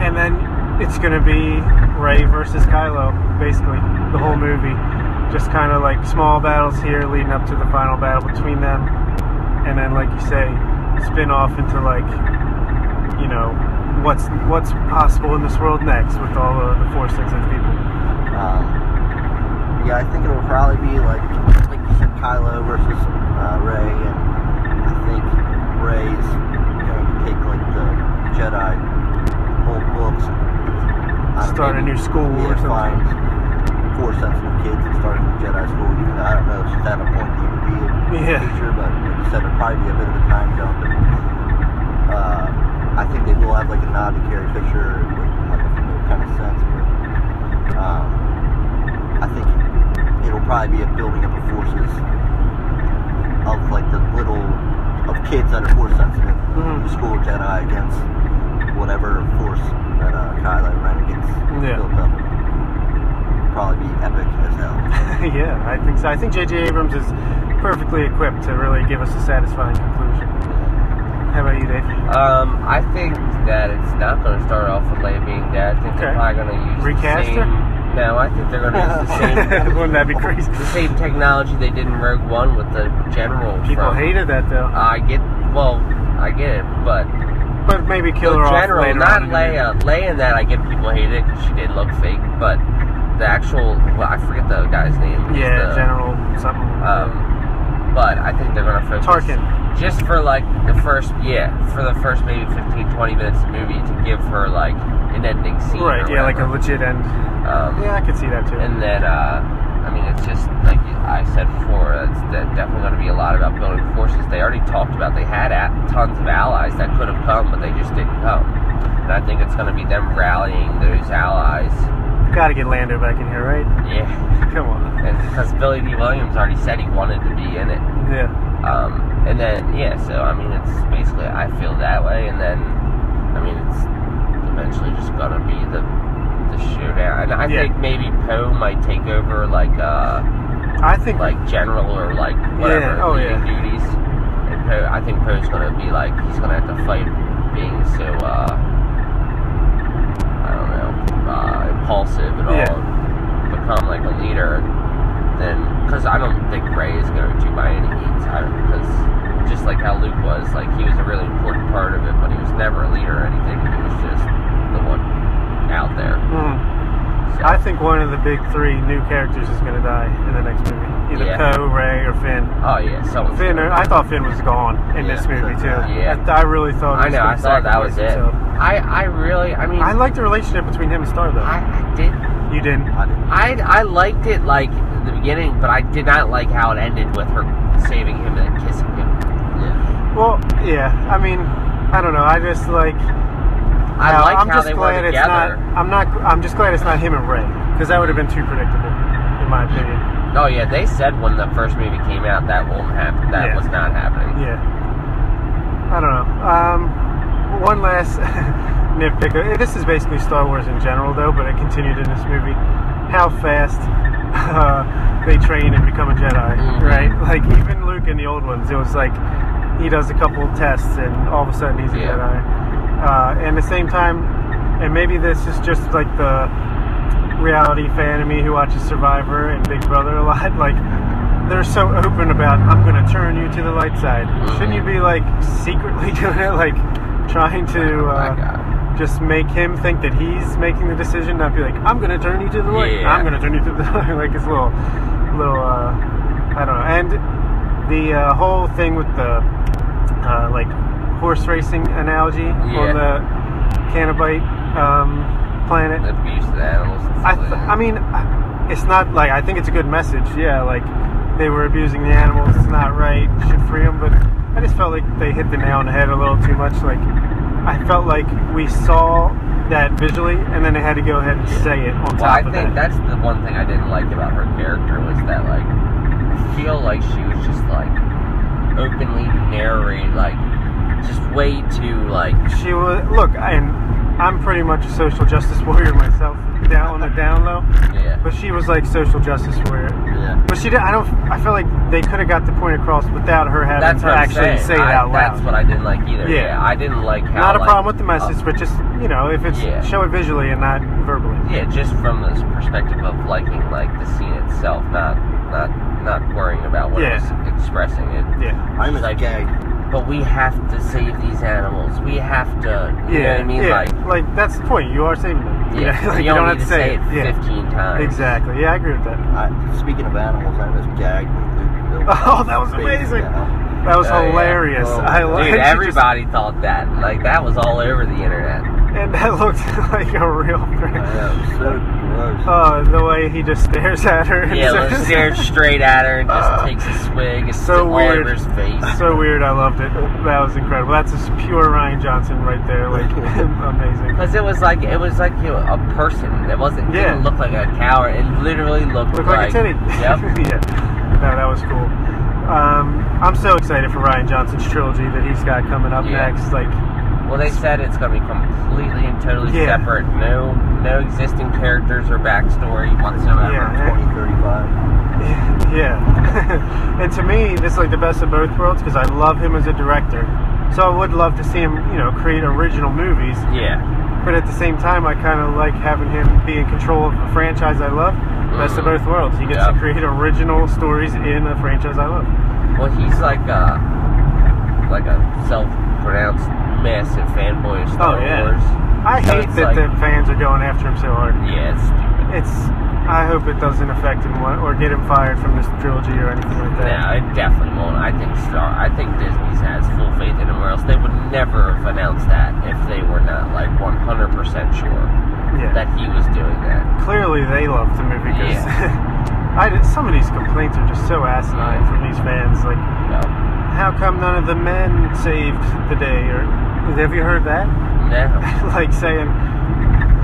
Speaker 1: And then it's going to be Ray versus Kylo, basically, the whole movie. Just kind of like small battles here leading up to the final battle between them. And then, like you say, spin off into like, you know, what's what's possible in this world next with all of the Force sensitive people.
Speaker 3: Um, yeah, I think it'll probably be like like you said, Kylo versus uh, Ray, and I think Ray's going to take like the Jedi old books, I don't
Speaker 1: Start a
Speaker 3: maybe-
Speaker 1: new school
Speaker 3: yeah,
Speaker 1: or something.
Speaker 3: Find four sensible kids and start a new Jedi school. Even though I don't know if she's at a point to even be a
Speaker 1: Yeah.
Speaker 3: teacher, but like you said, it'll probably be a bit of a time jump. And, uh, I think they will have like a nod to Carrie Fisher, with like a familiar kind of sense. But, um, I think it'll probably be a building up of forces of like the little of kids that are force sensitive.
Speaker 1: Mhm.
Speaker 3: School Jedi against whatever force that uh, Kylo Ren gets
Speaker 1: Yeah.
Speaker 3: built up. Probably be epic as hell.
Speaker 1: yeah, I think so. I think J.J. Abrams is perfectly equipped to really give us a satisfying conclusion. How about you, Dave?
Speaker 2: Um, I think that it's not going to start off with Leia being dead. I think
Speaker 1: Okay.
Speaker 2: they're probably going to use
Speaker 1: Recast
Speaker 2: the
Speaker 1: her?
Speaker 2: same. No, I think they're going to use the Uh, same
Speaker 1: Wouldn't that be crazy?
Speaker 2: the same technology they did in Rogue One with the general.
Speaker 1: People
Speaker 2: from-
Speaker 1: hated that though.
Speaker 2: I get well, I get it, but
Speaker 1: But maybe kill her
Speaker 2: the
Speaker 1: off
Speaker 2: general,
Speaker 1: later on
Speaker 2: not
Speaker 1: in the movie.
Speaker 2: Leia. Leia, in that I get people hate it because she did look fake, but the actual well, I forget the guy's name. He's
Speaker 1: Yeah,
Speaker 2: the-
Speaker 1: general something.
Speaker 2: Um, but I think they're gonna focus
Speaker 1: Tarkin.
Speaker 2: just for like the first yeah for the first maybe 15, 20 minutes of the movie to give her like an ending scene.
Speaker 1: right,
Speaker 2: or
Speaker 1: yeah, like a
Speaker 2: whatever.
Speaker 1: legit end.
Speaker 2: um,
Speaker 1: Yeah, I could see that too.
Speaker 2: and then, uh, I mean, it's just like I said before, it's that definitely going to be a lot about building forces. They already talked about they had at, tons of allies that could have come, but they just didn't come. And I think it's going to be them rallying those allies.
Speaker 1: Gotta get Lando back in here, right?
Speaker 2: Yeah.
Speaker 1: Come on.
Speaker 2: And because Billy D. Williams already said he wanted to be in it.
Speaker 1: Yeah.
Speaker 2: Um, and then, yeah, so I mean, it's basically, I feel that way. And then, I mean, it's eventually just going to be the, the shootout. And I
Speaker 1: Yeah.
Speaker 2: think maybe Poe might take over, like, uh,
Speaker 1: I think
Speaker 2: like general or like whatever
Speaker 1: Yeah, oh,
Speaker 2: leading
Speaker 1: yeah.
Speaker 2: duties. And Poe, I think Poe's gonna be like he's gonna have to fight being so uh, I don't know uh, impulsive and all,
Speaker 1: Yeah.
Speaker 2: become like a leader. And then because I don't think Ray is going to by any means. Because just like how Luke was, like he was a really important part of it, but he was never a leader or anything. He was just the one out there.
Speaker 1: mm,
Speaker 2: So,
Speaker 1: I think one of the big three new characters is gonna die in the next movie. Either
Speaker 2: Yeah.
Speaker 1: Poe, Ray, or Finn.
Speaker 2: oh yeah, someone's
Speaker 1: Finn,
Speaker 2: gonna-
Speaker 1: or, I thought Finn was gone in this movie too.
Speaker 2: Yeah.
Speaker 1: I, I really thought. He
Speaker 2: I
Speaker 1: was
Speaker 2: know.
Speaker 1: gonna
Speaker 2: I thought that was
Speaker 1: sacrifice
Speaker 2: it.
Speaker 1: himself.
Speaker 2: I, I really. I mean,
Speaker 1: I
Speaker 2: I,
Speaker 1: like the relationship between him and Star though.
Speaker 2: I did.
Speaker 1: you didn't.
Speaker 3: I didn't.
Speaker 2: I, I liked it like in the beginning, but I did not like how it ended with her saving him and then kissing him.
Speaker 3: Yeah.
Speaker 1: Well, yeah. I mean, I don't know. I just like.
Speaker 2: I
Speaker 1: Now,
Speaker 2: like
Speaker 1: I'm
Speaker 2: how
Speaker 1: just
Speaker 2: they
Speaker 1: glad
Speaker 2: were
Speaker 1: it's
Speaker 2: together.
Speaker 1: not. I'm not. I'm just glad it's not him and Ray because that would have been too predictable, in my opinion.
Speaker 2: Oh yeah, they said when the first movie came out that won't happen. That
Speaker 1: Yeah.
Speaker 2: was not happening.
Speaker 1: Yeah. I don't know. Um, one last nitpick. Uh, This is basically Star Wars in general, though, but it continued in this movie. How fast uh, they train and become a Jedi,
Speaker 2: Mhm.
Speaker 1: right? Like even Luke in the old ones, it was like he does a couple of tests and all of a sudden he's a
Speaker 2: Yeah.
Speaker 1: Jedi. Uh, and at the same time, and maybe this is just like the reality fan of me who watches Survivor and Big Brother a lot, like they're so open about I'm gonna turn you to the light side.
Speaker 2: Mm-hmm.
Speaker 1: Shouldn't you be like secretly doing it, like trying to
Speaker 2: Oh My
Speaker 1: uh,
Speaker 2: God.
Speaker 1: just make him think that he's making the decision, not be like I'm gonna turn you to the light.
Speaker 2: Yeah.
Speaker 1: I'm gonna turn you to the light. like it's a little, little uh, I don't know. And the uh, whole thing with the uh, like horse racing analogy
Speaker 2: Yeah.
Speaker 1: on the Cannabite um, planet.
Speaker 2: The abuse of the animals. and
Speaker 1: I,
Speaker 2: stuff
Speaker 1: th-
Speaker 2: like
Speaker 1: I mean, I- it's not like I think it's a good message. Yeah, like they were abusing the animals. It's not right. You should free them. But I just felt like they hit the nail on the head a little too much. Like I felt like we saw that visually, and then they had to go ahead and say it on
Speaker 2: Well, I
Speaker 1: top of
Speaker 2: think
Speaker 1: that.
Speaker 2: that's the one thing I didn't like about her character was that like I feel like she was just like openly narrate like just way too like
Speaker 1: she was look, and I'm pretty much a social justice warrior myself, down on the down low.
Speaker 2: Yeah.
Speaker 1: But she was like social justice warrior.
Speaker 3: Yeah.
Speaker 1: But she did. I don't. I feel like they could have got the point across without her having
Speaker 2: That's
Speaker 1: to
Speaker 2: what I'm
Speaker 1: actually
Speaker 2: saying.
Speaker 1: say it
Speaker 2: I-
Speaker 1: out loud.
Speaker 2: That's what I didn't like either.
Speaker 1: Yeah.
Speaker 2: Yeah, I didn't like how.
Speaker 1: not a
Speaker 2: like, uh,
Speaker 1: problem with the message, but just you know, if it's
Speaker 2: Yeah.
Speaker 1: show it visually and not verbally.
Speaker 2: Yeah, just from this perspective of liking like the scene itself, not not not worrying about what
Speaker 1: Yeah.
Speaker 2: it's expressing. It,
Speaker 1: Yeah.
Speaker 3: I'm a
Speaker 2: Like-
Speaker 3: gag.
Speaker 2: but we have to save these animals. We have to. You know what I mean?
Speaker 1: yeah.
Speaker 2: Like,
Speaker 1: that's the point. You are saving them. You
Speaker 2: yeah,
Speaker 1: know, like,
Speaker 2: you
Speaker 1: you don't
Speaker 2: don't
Speaker 1: have
Speaker 2: need
Speaker 1: to say it. Yeah.
Speaker 2: 15 times.
Speaker 1: Exactly. Yeah, I agree with that.
Speaker 3: I, speaking of animals, I was gagged when Luke built
Speaker 1: Oh, that was
Speaker 3: space
Speaker 1: amazing.
Speaker 3: cow.
Speaker 1: That was
Speaker 2: Oh, yeah.
Speaker 1: hilarious.
Speaker 2: Oh,
Speaker 1: I love
Speaker 2: Dude, everybody thought that. Like, that was all over the internet.
Speaker 1: and that looked like a real
Speaker 2: Oh,
Speaker 3: I
Speaker 1: thing.
Speaker 3: know, so gross.
Speaker 1: Oh, the way he just stares at her. and
Speaker 2: Yeah,
Speaker 1: says-
Speaker 2: like, stares straight at her and just
Speaker 1: Uh,
Speaker 2: takes a swig. It's
Speaker 1: so
Speaker 2: all
Speaker 1: weird.
Speaker 2: over his face.
Speaker 1: So weird. I loved it. That was incredible. That's just pure Ryan Johnson right there. Like amazing.
Speaker 2: Because it was like it was like you know, a person. It wasn't.
Speaker 1: Yeah.
Speaker 2: Yeah. Didn't look like a cow. It literally looked
Speaker 1: Look like, a titty.
Speaker 2: Yep.
Speaker 1: yeah. No, that was cool. Um, I'm so excited for Ryan Johnson's trilogy that he's got coming up
Speaker 2: Yeah.
Speaker 1: next. Like,
Speaker 2: Well, they said it's going to be completely and totally
Speaker 1: Yeah.
Speaker 2: separate. No, no existing characters or backstory whatsoever.
Speaker 1: Yeah.
Speaker 3: 2035.
Speaker 1: yeah. and to me, this is like the best of both worlds because I love him as a director. So I would love to see him, you know, create original movies.
Speaker 2: Yeah.
Speaker 1: But at the same time, I kind of like having him be in control of a franchise I love. Best of
Speaker 2: Mhm.
Speaker 1: both worlds. He gets to
Speaker 2: Yeah.
Speaker 1: create original stories in a franchise I love.
Speaker 2: Well, he's like a like a self-pronounced massive fanboy of Star
Speaker 1: Oh, yeah.
Speaker 2: Wars.
Speaker 1: I
Speaker 2: So
Speaker 1: hate
Speaker 2: it's
Speaker 1: that
Speaker 2: like-
Speaker 1: the fans are going after him so hard.
Speaker 2: Yeah, it's stupid.
Speaker 1: It's. I hope it doesn't affect him or or get him fired from this trilogy or anything like
Speaker 2: No,
Speaker 1: that.
Speaker 2: it definitely won't. I think Star. I think Disney's has full faith in him, or else they would never have announced that if they were not like 100 percent sure
Speaker 1: yeah.
Speaker 2: that he was doing that.
Speaker 1: Clearly, they love the movie because I did, some of these complaints are just so asinine from these fans. Like,
Speaker 2: No,
Speaker 1: how come none of the men saved the day? Or have you heard that?
Speaker 2: no.
Speaker 1: like saying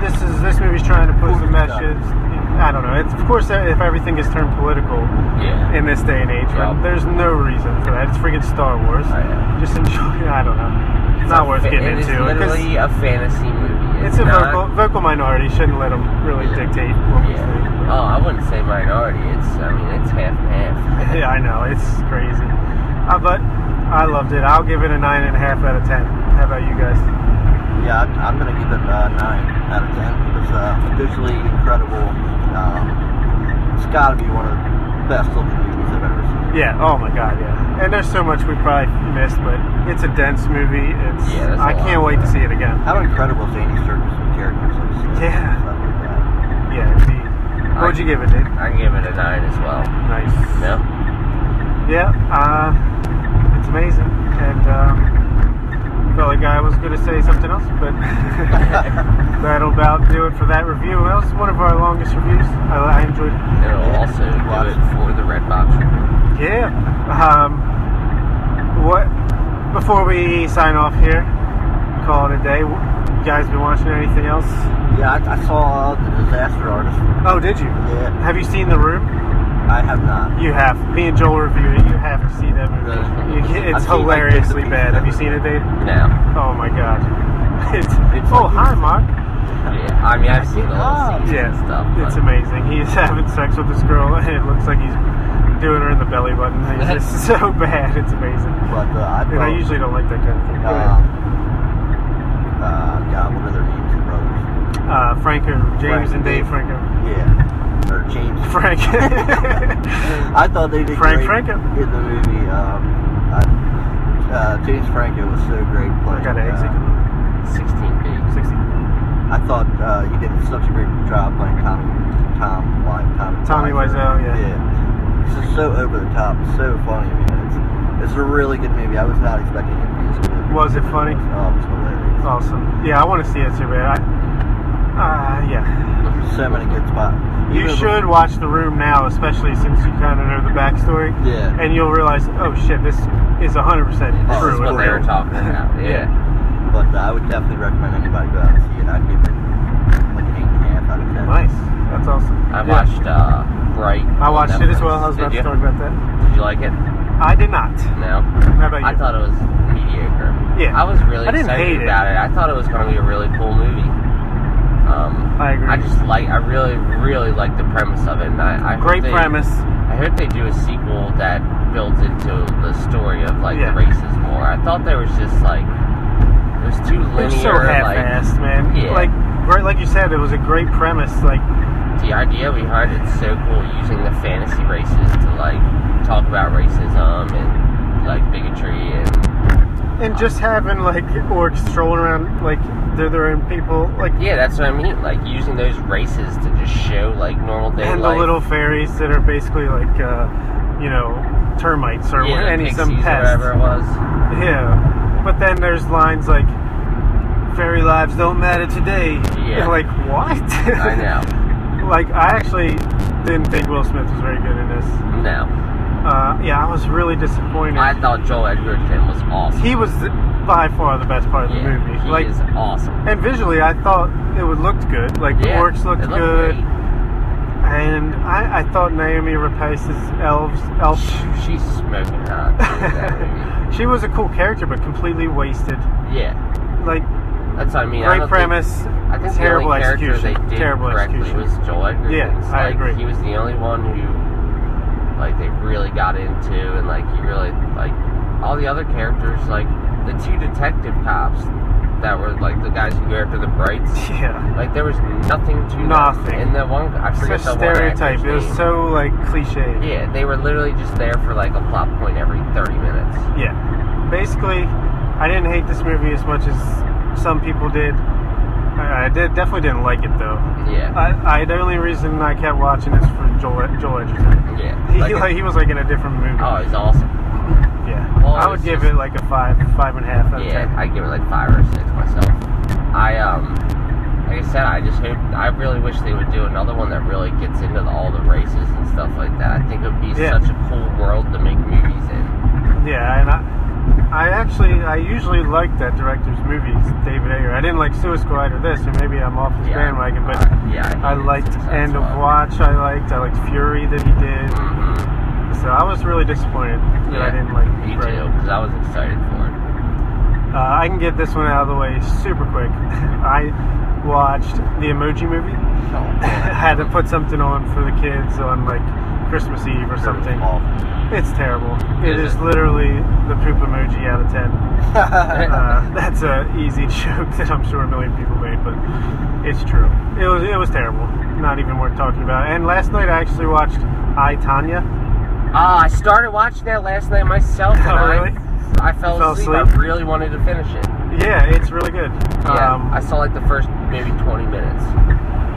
Speaker 1: this is this movie's trying to push the
Speaker 3: Of course it's
Speaker 1: message. I don't know. It's of course if everything gets turned political
Speaker 2: Yeah.
Speaker 1: in this day and age,
Speaker 2: Yeah.
Speaker 1: when there's no reason for that. It's freaking Star Wars.
Speaker 2: I know.
Speaker 1: Just enjoy. I don't know. It's not worth
Speaker 2: It
Speaker 1: getting
Speaker 2: is
Speaker 1: into. 'cause
Speaker 2: literally a fantasy movie.
Speaker 1: It's a
Speaker 2: not-
Speaker 1: vocal vocal minority. Shouldn't let them really
Speaker 2: Yeah.
Speaker 1: dictate what we
Speaker 2: Yeah.
Speaker 1: think.
Speaker 2: Oh, I wouldn't say minority. It's. I mean, it's half and half.
Speaker 1: Yeah, I know. It's crazy. Uh, but I loved it. I'll give it a nine and a half out of ten. How about you guys?
Speaker 3: Yeah, I'm, I'm gonna give it uh, nine out of ten. It was uh, visually incredible. Um, it's got to be one of the best looking movies I've ever seen.
Speaker 1: Yeah. Oh my God. Yeah. And there's so much we probably missed, but it's a dense movie. It's.
Speaker 2: Yeah, there's a
Speaker 1: I can't
Speaker 2: lot.
Speaker 1: wait to see it again.
Speaker 3: How incredible is Andy Serkis with characters like Snow
Speaker 1: Yeah.
Speaker 3: and stuff like that.
Speaker 1: Yeah. Indeed. What'd you give it, dude?
Speaker 2: I give it a nine as well.
Speaker 1: Nice.
Speaker 2: No.
Speaker 1: Yeah. Uh, it's amazing, and um, felt like I was gonna say something else, but that'll about do it for that review. That was one of our longest reviews. I, I enjoyed it.
Speaker 2: It'll also do it for the red box.
Speaker 1: Yeah. Um, what? Before we sign off here, call it a day. You guys been watching anything else?
Speaker 3: Yeah, I, I saw uh, the Disaster Artist.
Speaker 1: Oh, did you?
Speaker 3: Yeah,
Speaker 1: Have you seen The Room?
Speaker 3: I have not.
Speaker 1: You have. Me and Joel reviewed it. You have to see that movie.
Speaker 3: Really?
Speaker 1: You get-
Speaker 3: I've
Speaker 1: it's
Speaker 3: seen, like,
Speaker 1: hilariously
Speaker 3: bits and
Speaker 1: bad.
Speaker 3: pieces.
Speaker 1: Have you seen it, Dave?
Speaker 2: No.
Speaker 1: Oh my god. It's,
Speaker 3: It's
Speaker 1: oh,
Speaker 3: like-
Speaker 1: hi, Mark.
Speaker 2: Yeah. I mean, I've seen the whole season
Speaker 1: Yeah,
Speaker 2: and stuff.
Speaker 1: it's
Speaker 2: but-
Speaker 1: amazing. He's having sex with this girl, and it looks like he's doing her in the belly button. It's just so bad. It's amazing.
Speaker 3: But uh, I
Speaker 1: And I
Speaker 3: thought,
Speaker 1: usually don't like that kind of thing.
Speaker 3: um,
Speaker 1: Oh. Go ahead.
Speaker 3: uh, God, what are their names, the brothers?
Speaker 1: Uh, Franco, James
Speaker 3: Frank.
Speaker 1: and Dave Franco.
Speaker 3: Yeah, or James.
Speaker 1: Frank.
Speaker 3: I thought they did
Speaker 1: Frank
Speaker 3: great
Speaker 1: Franco.
Speaker 3: in the movie. Um, I, uh, James Franco was so great
Speaker 1: I
Speaker 3: playing.
Speaker 1: gotta
Speaker 3: uh,
Speaker 1: exit.
Speaker 2: 16 gigs.
Speaker 1: 60.
Speaker 3: I thought uh, he did such a great job playing Tommy, Tom, Wy- Tommy,
Speaker 1: Tommy Wiseau, yeah.
Speaker 3: yeah. It's just so over the top, so funny. Man. It's, it's a really good movie. I was not expecting it to be as good.
Speaker 1: Was it funny?
Speaker 3: Oh, it was hilarious.
Speaker 1: Awesome. Yeah, I want to see it too, man. I, uh, yeah.
Speaker 3: So many good spots.
Speaker 1: You
Speaker 3: Even
Speaker 1: should watch The Room now, especially since you kind of know the backstory.
Speaker 3: the- Yeah.
Speaker 1: And you'll realize, oh shit, this is 100%
Speaker 2: This
Speaker 1: true.
Speaker 2: is what they were talking about. Yeah.
Speaker 3: But uh, I would definitely recommend anybody go out and see it. I'd give it like an eight and a half out of ten.
Speaker 1: Nice. That's awesome.
Speaker 2: I
Speaker 1: Yeah.
Speaker 2: watched uh, Bright.
Speaker 1: I
Speaker 2: on
Speaker 1: watched it as
Speaker 2: Netflix.
Speaker 1: well. I was
Speaker 2: Did
Speaker 1: about
Speaker 2: you?
Speaker 1: to talk about that.
Speaker 2: Did you like it?
Speaker 1: I did not.
Speaker 2: No.
Speaker 1: How about you?
Speaker 2: I thought it was mediocre.
Speaker 1: Yeah.
Speaker 2: I was really
Speaker 1: I didn't hate
Speaker 2: excited
Speaker 1: it.
Speaker 2: about it. I thought it was going to be a really cool movie. Um,
Speaker 1: I agree.
Speaker 2: I just like, I really, really like the premise of it. And I, I hope
Speaker 1: Great
Speaker 2: they-
Speaker 1: premise.
Speaker 2: I hope they do a sequel that builds into the story of like
Speaker 1: Yeah.
Speaker 2: the races more. I thought there was just like it was too
Speaker 1: It
Speaker 2: linear.
Speaker 1: was so
Speaker 2: like
Speaker 1: half-assed, man.
Speaker 2: Yeah.
Speaker 1: Like, right, like you said, it was a great premise. Like,
Speaker 2: the idea behind it's so cool using the fantasy races to like talk about racism and like bigotry and
Speaker 1: and just having like orcs strolling around like they're their own people. Like,
Speaker 2: yeah, that's what I mean. Like using those races to just show like normal day
Speaker 1: and
Speaker 2: life.
Speaker 1: the little fairies that are basically like, uh, you know, termites or
Speaker 2: yeah, the
Speaker 1: any
Speaker 2: pixies
Speaker 1: some
Speaker 2: or
Speaker 1: pest.
Speaker 2: whatever it was.
Speaker 1: Yeah, but then there's lines like, "Fairy lives don't matter today."
Speaker 2: Yeah.
Speaker 1: You're like what?
Speaker 2: I know.
Speaker 1: like I actually didn't think Will Smith was very good in this.
Speaker 2: No,
Speaker 1: Uh, yeah, I was really disappointed.
Speaker 2: I thought Joel Edgerton was awesome.
Speaker 1: he was the, by far the best part of the
Speaker 2: yeah,
Speaker 1: movie.
Speaker 2: he
Speaker 1: like,
Speaker 2: is awesome.
Speaker 1: and visually, I thought it would looked good. Like the
Speaker 2: Yeah,
Speaker 1: orcs looked,
Speaker 2: it
Speaker 1: good,
Speaker 2: Great.
Speaker 1: and I, I thought Naomi Rapace's elves elf.
Speaker 2: She's smoking hot. in that movie.
Speaker 1: she was a cool character, but completely wasted.
Speaker 2: yeah,
Speaker 1: Like
Speaker 2: that's what I mean. I
Speaker 1: great
Speaker 2: don't
Speaker 1: premise,
Speaker 2: Think, I think
Speaker 1: terrible
Speaker 2: the only character
Speaker 1: execution.
Speaker 2: they did
Speaker 1: terrible
Speaker 2: correctly
Speaker 1: execution.
Speaker 2: was Joel Edgerton.
Speaker 1: Yeah,
Speaker 2: It's
Speaker 1: I
Speaker 2: like,
Speaker 1: agree.
Speaker 2: He was the only one who, like, they really got into, and like, he really like all the other characters, like the two detective cops that were like the guys who go after the brights.
Speaker 1: yeah.
Speaker 2: Like there was nothing to them.
Speaker 1: Nothing.
Speaker 2: And the one, I
Speaker 1: Such
Speaker 2: forget the one actor's
Speaker 1: stereotype. It was
Speaker 2: name.
Speaker 1: so like cliche.
Speaker 2: Yeah, they were literally just there for like a plot point every thirty minutes.
Speaker 1: Yeah. Basically, I didn't hate this movie as much as some people did. I, I did, definitely didn't like it though.
Speaker 2: Yeah.
Speaker 1: I, I the only reason I kept watching is for Joel, Joel Edgerton.
Speaker 2: Yeah.
Speaker 1: He,
Speaker 2: Like,
Speaker 1: like, he was like in a different movie.
Speaker 2: oh, he's awesome.
Speaker 1: yeah.
Speaker 2: well,
Speaker 1: I would
Speaker 2: it's
Speaker 1: give
Speaker 2: just-
Speaker 1: it like a five, five and a half out of
Speaker 2: Yeah,
Speaker 1: ten.
Speaker 2: I give it like five or six myself. I um, like I said, I just hope. I really wish they would do another one that really gets into the, all the races and stuff like that. I think it would be
Speaker 1: Yeah.
Speaker 2: such a cool world to make movies in.
Speaker 1: Yeah, and I, I actually, I usually like that director's movies, David Ayer. I didn't like Suicide Squad or this, or maybe I'm off his
Speaker 2: Yeah.
Speaker 1: bandwagon, but
Speaker 2: Uh, yeah,
Speaker 1: I
Speaker 2: hated
Speaker 1: liked
Speaker 2: Suicide
Speaker 1: End of
Speaker 2: Squad.
Speaker 1: Watch. I liked. I liked Fury that he did.
Speaker 2: Mhm.
Speaker 1: So I was really disappointed that I
Speaker 2: Yeah,
Speaker 1: didn't like.
Speaker 2: Me
Speaker 1: Bright.
Speaker 2: too, because I was excited for
Speaker 1: Uh, I can get this one out of the way super quick. I watched the Emoji Movie.
Speaker 2: it. Oh,
Speaker 1: had to put something on for the kids on like Christmas Eve or something.
Speaker 3: Awful.
Speaker 1: It's terrible. It is
Speaker 2: Is it?
Speaker 1: literally the poop emoji out of ten. Uh, that's a easy joke that I'm sure a million people made, but it's true. It was it was terrible. Not even worth talking about. And last night I actually watched I Tanya.
Speaker 2: Ah, I started watching that last night myself, and
Speaker 1: Oh, really?
Speaker 2: I, I fell,
Speaker 1: Fell
Speaker 2: asleep. I
Speaker 1: asleep?
Speaker 2: really wanted to finish it.
Speaker 1: Yeah, it's really good.
Speaker 2: Yeah,
Speaker 1: um,
Speaker 2: I saw like the first maybe 20 minutes.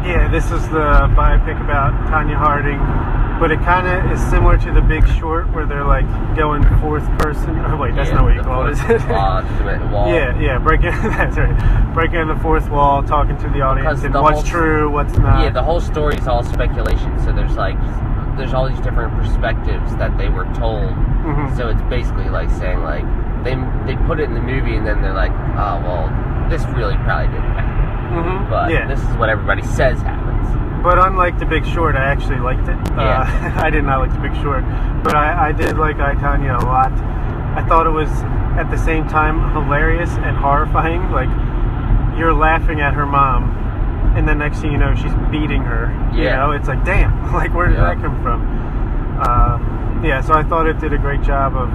Speaker 1: yeah. This is the biopic about Tanya Harding, but it kind of is similar to The Big Short, where they're like going fourth person. Oh wait, that's
Speaker 2: Yeah,
Speaker 1: not what you
Speaker 2: the
Speaker 1: call it, is
Speaker 2: fourth
Speaker 1: it?
Speaker 2: wall, the cement wall.
Speaker 1: Yeah, yeah, breaking that's right. Breaking the fourth wall, talking to the audience
Speaker 2: Because
Speaker 1: and
Speaker 2: the
Speaker 1: what's
Speaker 2: whole-
Speaker 1: true, what's not.
Speaker 2: Yeah, the whole story is all speculation. So there's like, there's all these different perspectives that they were told.
Speaker 1: Mhm.
Speaker 2: So it's basically like saying like they they put it in the movie and then they're like, oh well, this really probably didn't happen,
Speaker 1: Mhm,
Speaker 2: but
Speaker 1: yeah.
Speaker 2: this is what everybody says happens.
Speaker 1: But unlike The Big Short, I actually liked it.
Speaker 2: Yeah.
Speaker 1: Uh, I did not like The Big Short, but I, I did like I Tanya a lot. I thought it was at the same time hilarious and horrifying. Like you're laughing at her mom, and the next thing you know, she's beating her. You
Speaker 2: Yeah.
Speaker 1: know, it's like damn. Like where did
Speaker 2: Yeah.
Speaker 1: that come from? Um, yeah. So I thought it did a great job of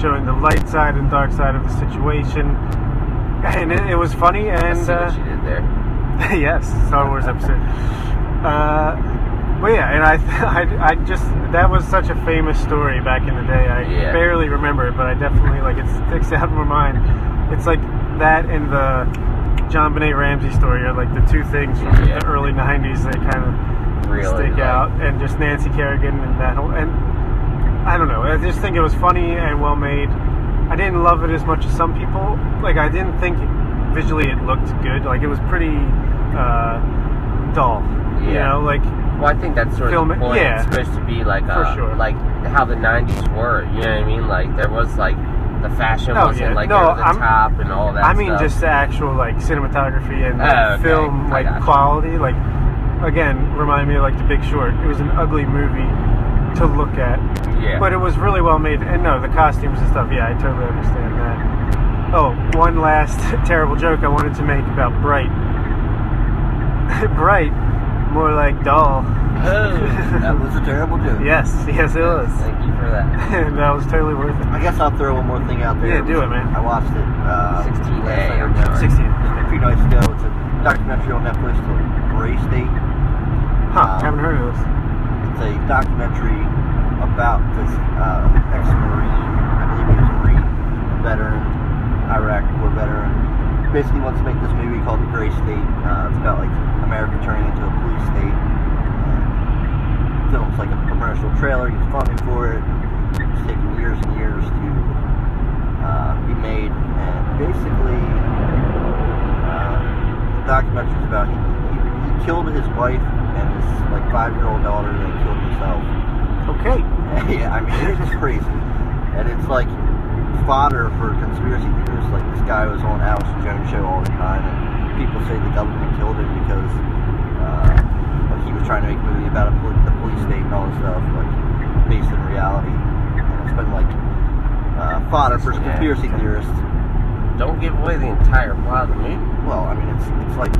Speaker 1: showing the light side and dark side of the situation, and it, it was funny and.
Speaker 2: I see
Speaker 1: uh,
Speaker 2: what you did there.
Speaker 1: yes, Star Wars episode. Uh, well, yeah, and I, I, I just that was such a famous story back in the day. I
Speaker 2: Yeah.
Speaker 1: barely remember it, but I definitely like it sticks out in my mind. It's like that and the John Benet Ramsey story are like the two things from
Speaker 2: Yeah.
Speaker 1: the early '90s that kind of
Speaker 2: Really,
Speaker 1: stick
Speaker 2: like-
Speaker 1: out, and just Nancy Kerrigan and that whole and I don't know. I just think it was funny and well made. I didn't love it as much as some people. Like I didn't think visually it looked good. Like it was pretty uh, dull. You
Speaker 2: Yeah.
Speaker 1: know, like
Speaker 2: Well, I think that's sort
Speaker 1: Film
Speaker 2: of
Speaker 1: it-
Speaker 2: the point.
Speaker 1: yeah.
Speaker 2: It's supposed to be like
Speaker 1: For
Speaker 2: uh,
Speaker 1: sure.
Speaker 2: like how the '90s were. You know what I mean? Like there was like the fashion
Speaker 1: Oh,
Speaker 2: wasn't
Speaker 1: yeah.
Speaker 2: like
Speaker 1: No,
Speaker 2: over the
Speaker 1: I'm-
Speaker 2: top and all that.
Speaker 1: I mean,
Speaker 2: stuff.
Speaker 1: just the actual like cinematography and like,
Speaker 2: Oh, okay.
Speaker 1: film
Speaker 2: I
Speaker 1: like
Speaker 2: gotcha.
Speaker 1: quality. Like again, remind me of like The Big Short. It was an ugly movie to look at,
Speaker 2: yeah.
Speaker 1: but it was really well made. And no, the costumes and stuff. Yeah, I totally understand that. Oh, one last terrible joke I wanted to make about Bright. Bright, more like dull.
Speaker 2: Oh.
Speaker 3: That was a terrible joke.
Speaker 1: Yes, yes, it was.
Speaker 2: Thank you for that.
Speaker 1: that was totally worth it.
Speaker 3: I guess I'll throw one more thing out
Speaker 1: Yeah,
Speaker 3: there.
Speaker 1: do it, man.
Speaker 3: I watched it. Uh,
Speaker 2: 16A,
Speaker 3: last night.
Speaker 2: I'm
Speaker 1: 16.
Speaker 2: sorry.
Speaker 3: A few nights ago, it's a documentary on Netflix called Gray State.
Speaker 1: Huh, haven't heard of this.
Speaker 3: It's a documentary about this uh, ex-marine, I believe he was a marine veteran, Iraq War veteran. Basically, wants to make this movie called The Gray State. Uh, it's about like America turning into a police state. Uh, films like a commercial trailer, gets funding for it. It's taken years and years to uh, be made, and basically, uh, the documentary's about he, he, he killed his wife and his like five-year-old daughter, and he killed himself
Speaker 1: Okay.
Speaker 3: yeah, I mean, it's just crazy. And it's like fodder for conspiracy theorists. Like, this guy was on Alex Jones' show all the time, and people say the government killed him because uh, like he was trying to make a movie about a poli- the police state and all this stuff, like, based in reality. And it's been like uh, fodder for
Speaker 2: Yeah.
Speaker 3: conspiracy theorists.
Speaker 2: Don't give away the entire plot of the movie.
Speaker 3: Well, I mean, it's, it's like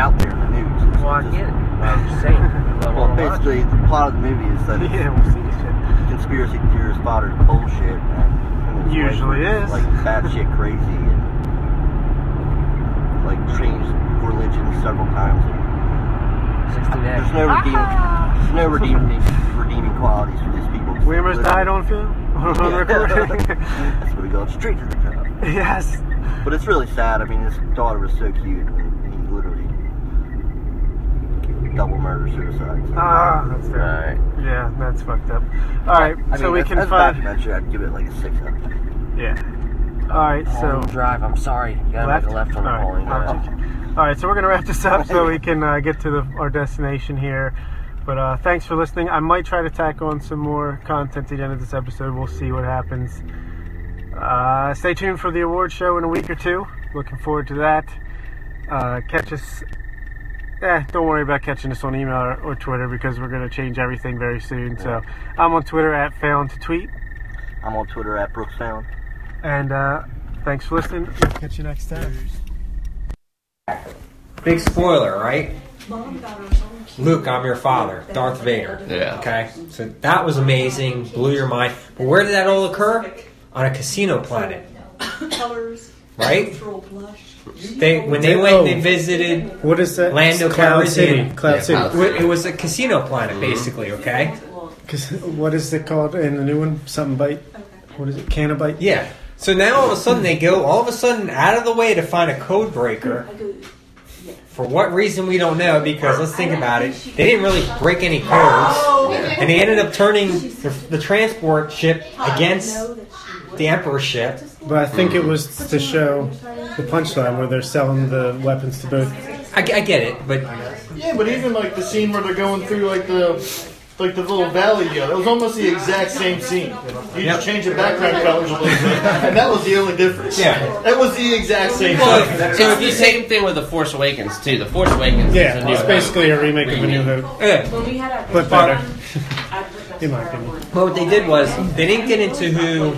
Speaker 3: out there in the news. It's
Speaker 2: Well, I
Speaker 3: just-
Speaker 2: get it. I'm just saying. I
Speaker 3: Well,
Speaker 2: wanna watch it.
Speaker 3: basically, the plot of the movie is that it's
Speaker 1: Yeah, we'll see this shit.
Speaker 3: conspiracy theorist fodder is bullshit. And his
Speaker 1: Usually
Speaker 3: wife
Speaker 1: is.
Speaker 3: Like batshit crazy and like changed religion several times. And
Speaker 2: 16A.
Speaker 3: there's no redeeming, there's no redeeming, redeeming qualities for these people.
Speaker 1: Weimer's died on film? On
Speaker 3: Yeah.
Speaker 1: recording?
Speaker 3: That's what we go straight to the top.
Speaker 1: yes.
Speaker 3: But it's really sad. I mean, his daughter was so cute, and he literally double murder suicide. So,
Speaker 1: Ah, that's
Speaker 2: All
Speaker 1: terrible.
Speaker 2: right.
Speaker 1: Yeah, that's fucked up. Alright,
Speaker 3: I
Speaker 1: so we
Speaker 3: as-
Speaker 1: can
Speaker 3: as a
Speaker 1: find.
Speaker 3: documentary, I'd give it like a six out of ten.
Speaker 1: Yeah. Alright, so.
Speaker 2: Palm drive. I'm sorry. You gotta
Speaker 1: Left?
Speaker 2: make a left on
Speaker 1: All
Speaker 2: the
Speaker 1: right.
Speaker 2: bowling alley.
Speaker 1: All right, so we're gonna wrap this up so we can uh, get to the, our destination here. But uh, thanks for listening. I might try to tack on some more content at the end of this episode. We'll see what happens. Uh, stay tuned for the award show in a week or two. Looking forward to that. Uh, catch us. Eh, don't worry about catching us on email or, or Twitter because we're gonna change everything very soon. So I'm on Twitter at found to tweet.
Speaker 3: I'm on Twitter at Brooks Sound.
Speaker 1: And uh, thanks for listening. We'll catch you next time.
Speaker 4: Big spoiler, right? Luke, I'm your father, Darth Vader.
Speaker 2: Yeah.
Speaker 4: Okay, so that was amazing, blew your mind. But where did that all occur? On a casino planet,
Speaker 5: Colors,
Speaker 4: right?
Speaker 5: natural blush.
Speaker 4: They when they went, they visited.
Speaker 1: What is that?
Speaker 4: Lando
Speaker 1: Cloud
Speaker 4: Calrissian.
Speaker 1: City. Cloud
Speaker 2: Yeah,
Speaker 1: City.
Speaker 2: Cloud
Speaker 4: It was a casino planet, basically. Okay.
Speaker 1: Cause what is it called in the new one? Something bite. What is it? Cannabite.
Speaker 4: Yeah. So now all of a sudden they go all of a sudden out of the way to find a code breaker. For what reason we don't know because let's think about it. They didn't really break any codes, and they ended up turning the, the transport ship against the Emperor ship.
Speaker 1: But I think it was to show the punchline where they're selling the weapons to both.
Speaker 4: I, I get it, but
Speaker 6: Yeah, but even like the scene where they're going through like the like the little valley deal, it was almost the exact same scene. You
Speaker 4: Yep.
Speaker 6: just change the background colors a little bit, and that was the only difference.
Speaker 4: Yeah.
Speaker 6: that was the exact same thing.
Speaker 4: Well,
Speaker 2: It's the same thing with The Force Awakens, too. The Force Awakens is a
Speaker 1: Yeah,
Speaker 2: new
Speaker 1: it's basically a remake of a new vote,
Speaker 4: eh.
Speaker 5: When we had our
Speaker 1: but better. In
Speaker 5: in
Speaker 1: my opinion.
Speaker 4: But what they did was they didn't get into who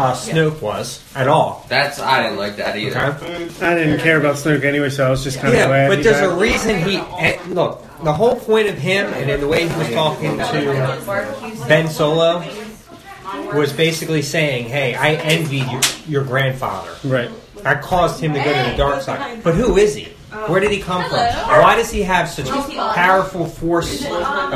Speaker 4: uh, Snoke was at all.
Speaker 2: That's I didn't like that either.
Speaker 4: Okay.
Speaker 1: I didn't care about Snoke anyway, so I was just kind of
Speaker 4: Yeah,
Speaker 1: glad.
Speaker 4: but
Speaker 1: he
Speaker 4: there's a
Speaker 1: died.
Speaker 4: reason he eh, look. The whole point of him and in the way he was talking to Ben Solo was basically saying, "Hey, I envied your, your grandfather.
Speaker 1: right.
Speaker 4: I caused him to go to the dark side. But who is he? Where did he come from? Why does he have such powerful force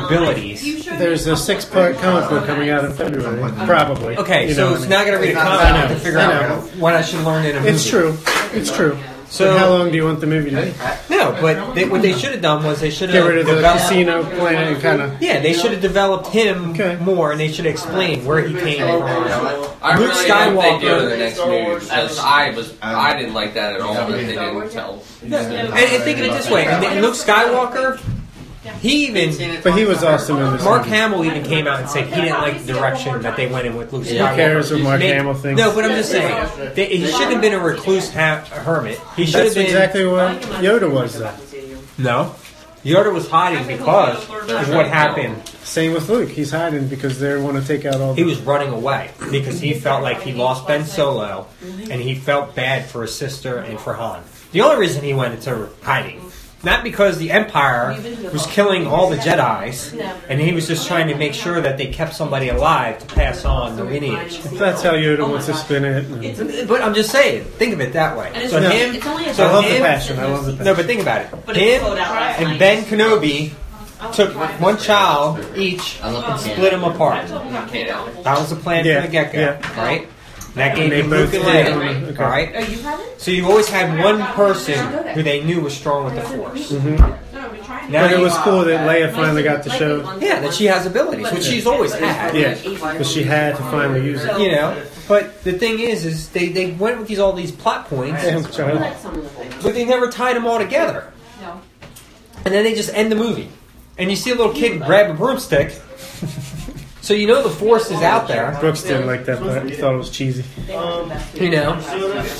Speaker 4: abilities?"
Speaker 1: There's a six-part comic book coming out in February, probably.
Speaker 4: Okay,
Speaker 1: You
Speaker 4: so
Speaker 1: know
Speaker 4: it's
Speaker 1: what I
Speaker 4: not going to read a
Speaker 1: I
Speaker 4: comic
Speaker 1: know,
Speaker 4: to figure
Speaker 1: I
Speaker 4: out
Speaker 1: know.
Speaker 4: what I should learn in a movie.
Speaker 1: mean? It's true. It's true. So
Speaker 4: So-
Speaker 1: how long do you want the movie to be?
Speaker 4: No, but they, what they should have done was they should
Speaker 1: Get
Speaker 4: have
Speaker 1: rid of the
Speaker 4: developed-
Speaker 1: casino planet and kind of.
Speaker 4: Yeah, they should have developed him
Speaker 1: Okay.
Speaker 4: more, and they should explain where he came from.
Speaker 2: I
Speaker 4: Luke
Speaker 2: really hope they do
Speaker 4: Skywalker.
Speaker 2: in the next movie because I was I didn't like that at all. That they didn't tell.
Speaker 4: And, and think of it this way: and, and Luke Skywalker, he even
Speaker 1: But he was awesome in this.
Speaker 4: Mark
Speaker 1: movie.
Speaker 4: Hamill even came out and said he didn't like the direction that they went in with Luke Skywalker.
Speaker 1: Who cares what Mark
Speaker 4: May-
Speaker 1: Hamill thinks?
Speaker 4: No, but I'm just saying that he shouldn't have been a recluse ha- hermit. He should
Speaker 1: That's
Speaker 4: have been
Speaker 1: exactly what Yoda was, though.
Speaker 4: no. Yoda was hiding because of what happened
Speaker 1: Same with Luke. He's hiding because they want to take out all.
Speaker 4: He
Speaker 1: The,
Speaker 4: was running away because he felt like he lost Ben Solo and he felt bad for his sister and for Han. The only reason he went into hiding, not because the Empire was killing all the Jedi's and he was just trying to make sure that they kept somebody alive to pass on the lineage.
Speaker 1: that's
Speaker 7: Oh
Speaker 1: how Yoda wants to spin it. and-
Speaker 4: But I'm just saying, think of it that way. So
Speaker 1: No.
Speaker 4: him,
Speaker 8: It's only a
Speaker 4: so
Speaker 1: I love the
Speaker 4: him-
Speaker 1: passion. I love the passion.
Speaker 4: no, but think about it.
Speaker 8: But it
Speaker 4: him
Speaker 8: flowed out last
Speaker 4: and
Speaker 8: night.
Speaker 4: Ben Kenobi took one child each,
Speaker 9: I love the
Speaker 4: split them apart. That was the plan
Speaker 1: Yeah,
Speaker 4: from the get go,
Speaker 1: yeah.
Speaker 4: right? And that
Speaker 1: And
Speaker 4: gave
Speaker 1: they
Speaker 4: you Luke
Speaker 1: both
Speaker 4: and
Speaker 1: did it,
Speaker 4: Leia,
Speaker 1: okay.
Speaker 4: right?
Speaker 8: Oh, you haven't?
Speaker 4: So you always had one person who they knew was strong with the Force. Mm-hmm. Now
Speaker 1: But it
Speaker 4: you-
Speaker 1: was cool that Leia finally got to show
Speaker 4: yeah, that she has abilities, which she's always had.
Speaker 1: Yeah. but she had to finally use it.
Speaker 4: You know, but the thing is, is they, they went with these all these plot points,
Speaker 1: Damn child.
Speaker 4: but they never tied them all together.
Speaker 8: No.
Speaker 4: And then they just end the movie, and you see a little kid grab a broomstick. so you know the Force is out there.
Speaker 1: Brooks didn't like that, but he thought it was cheesy.
Speaker 6: Um,
Speaker 4: You know,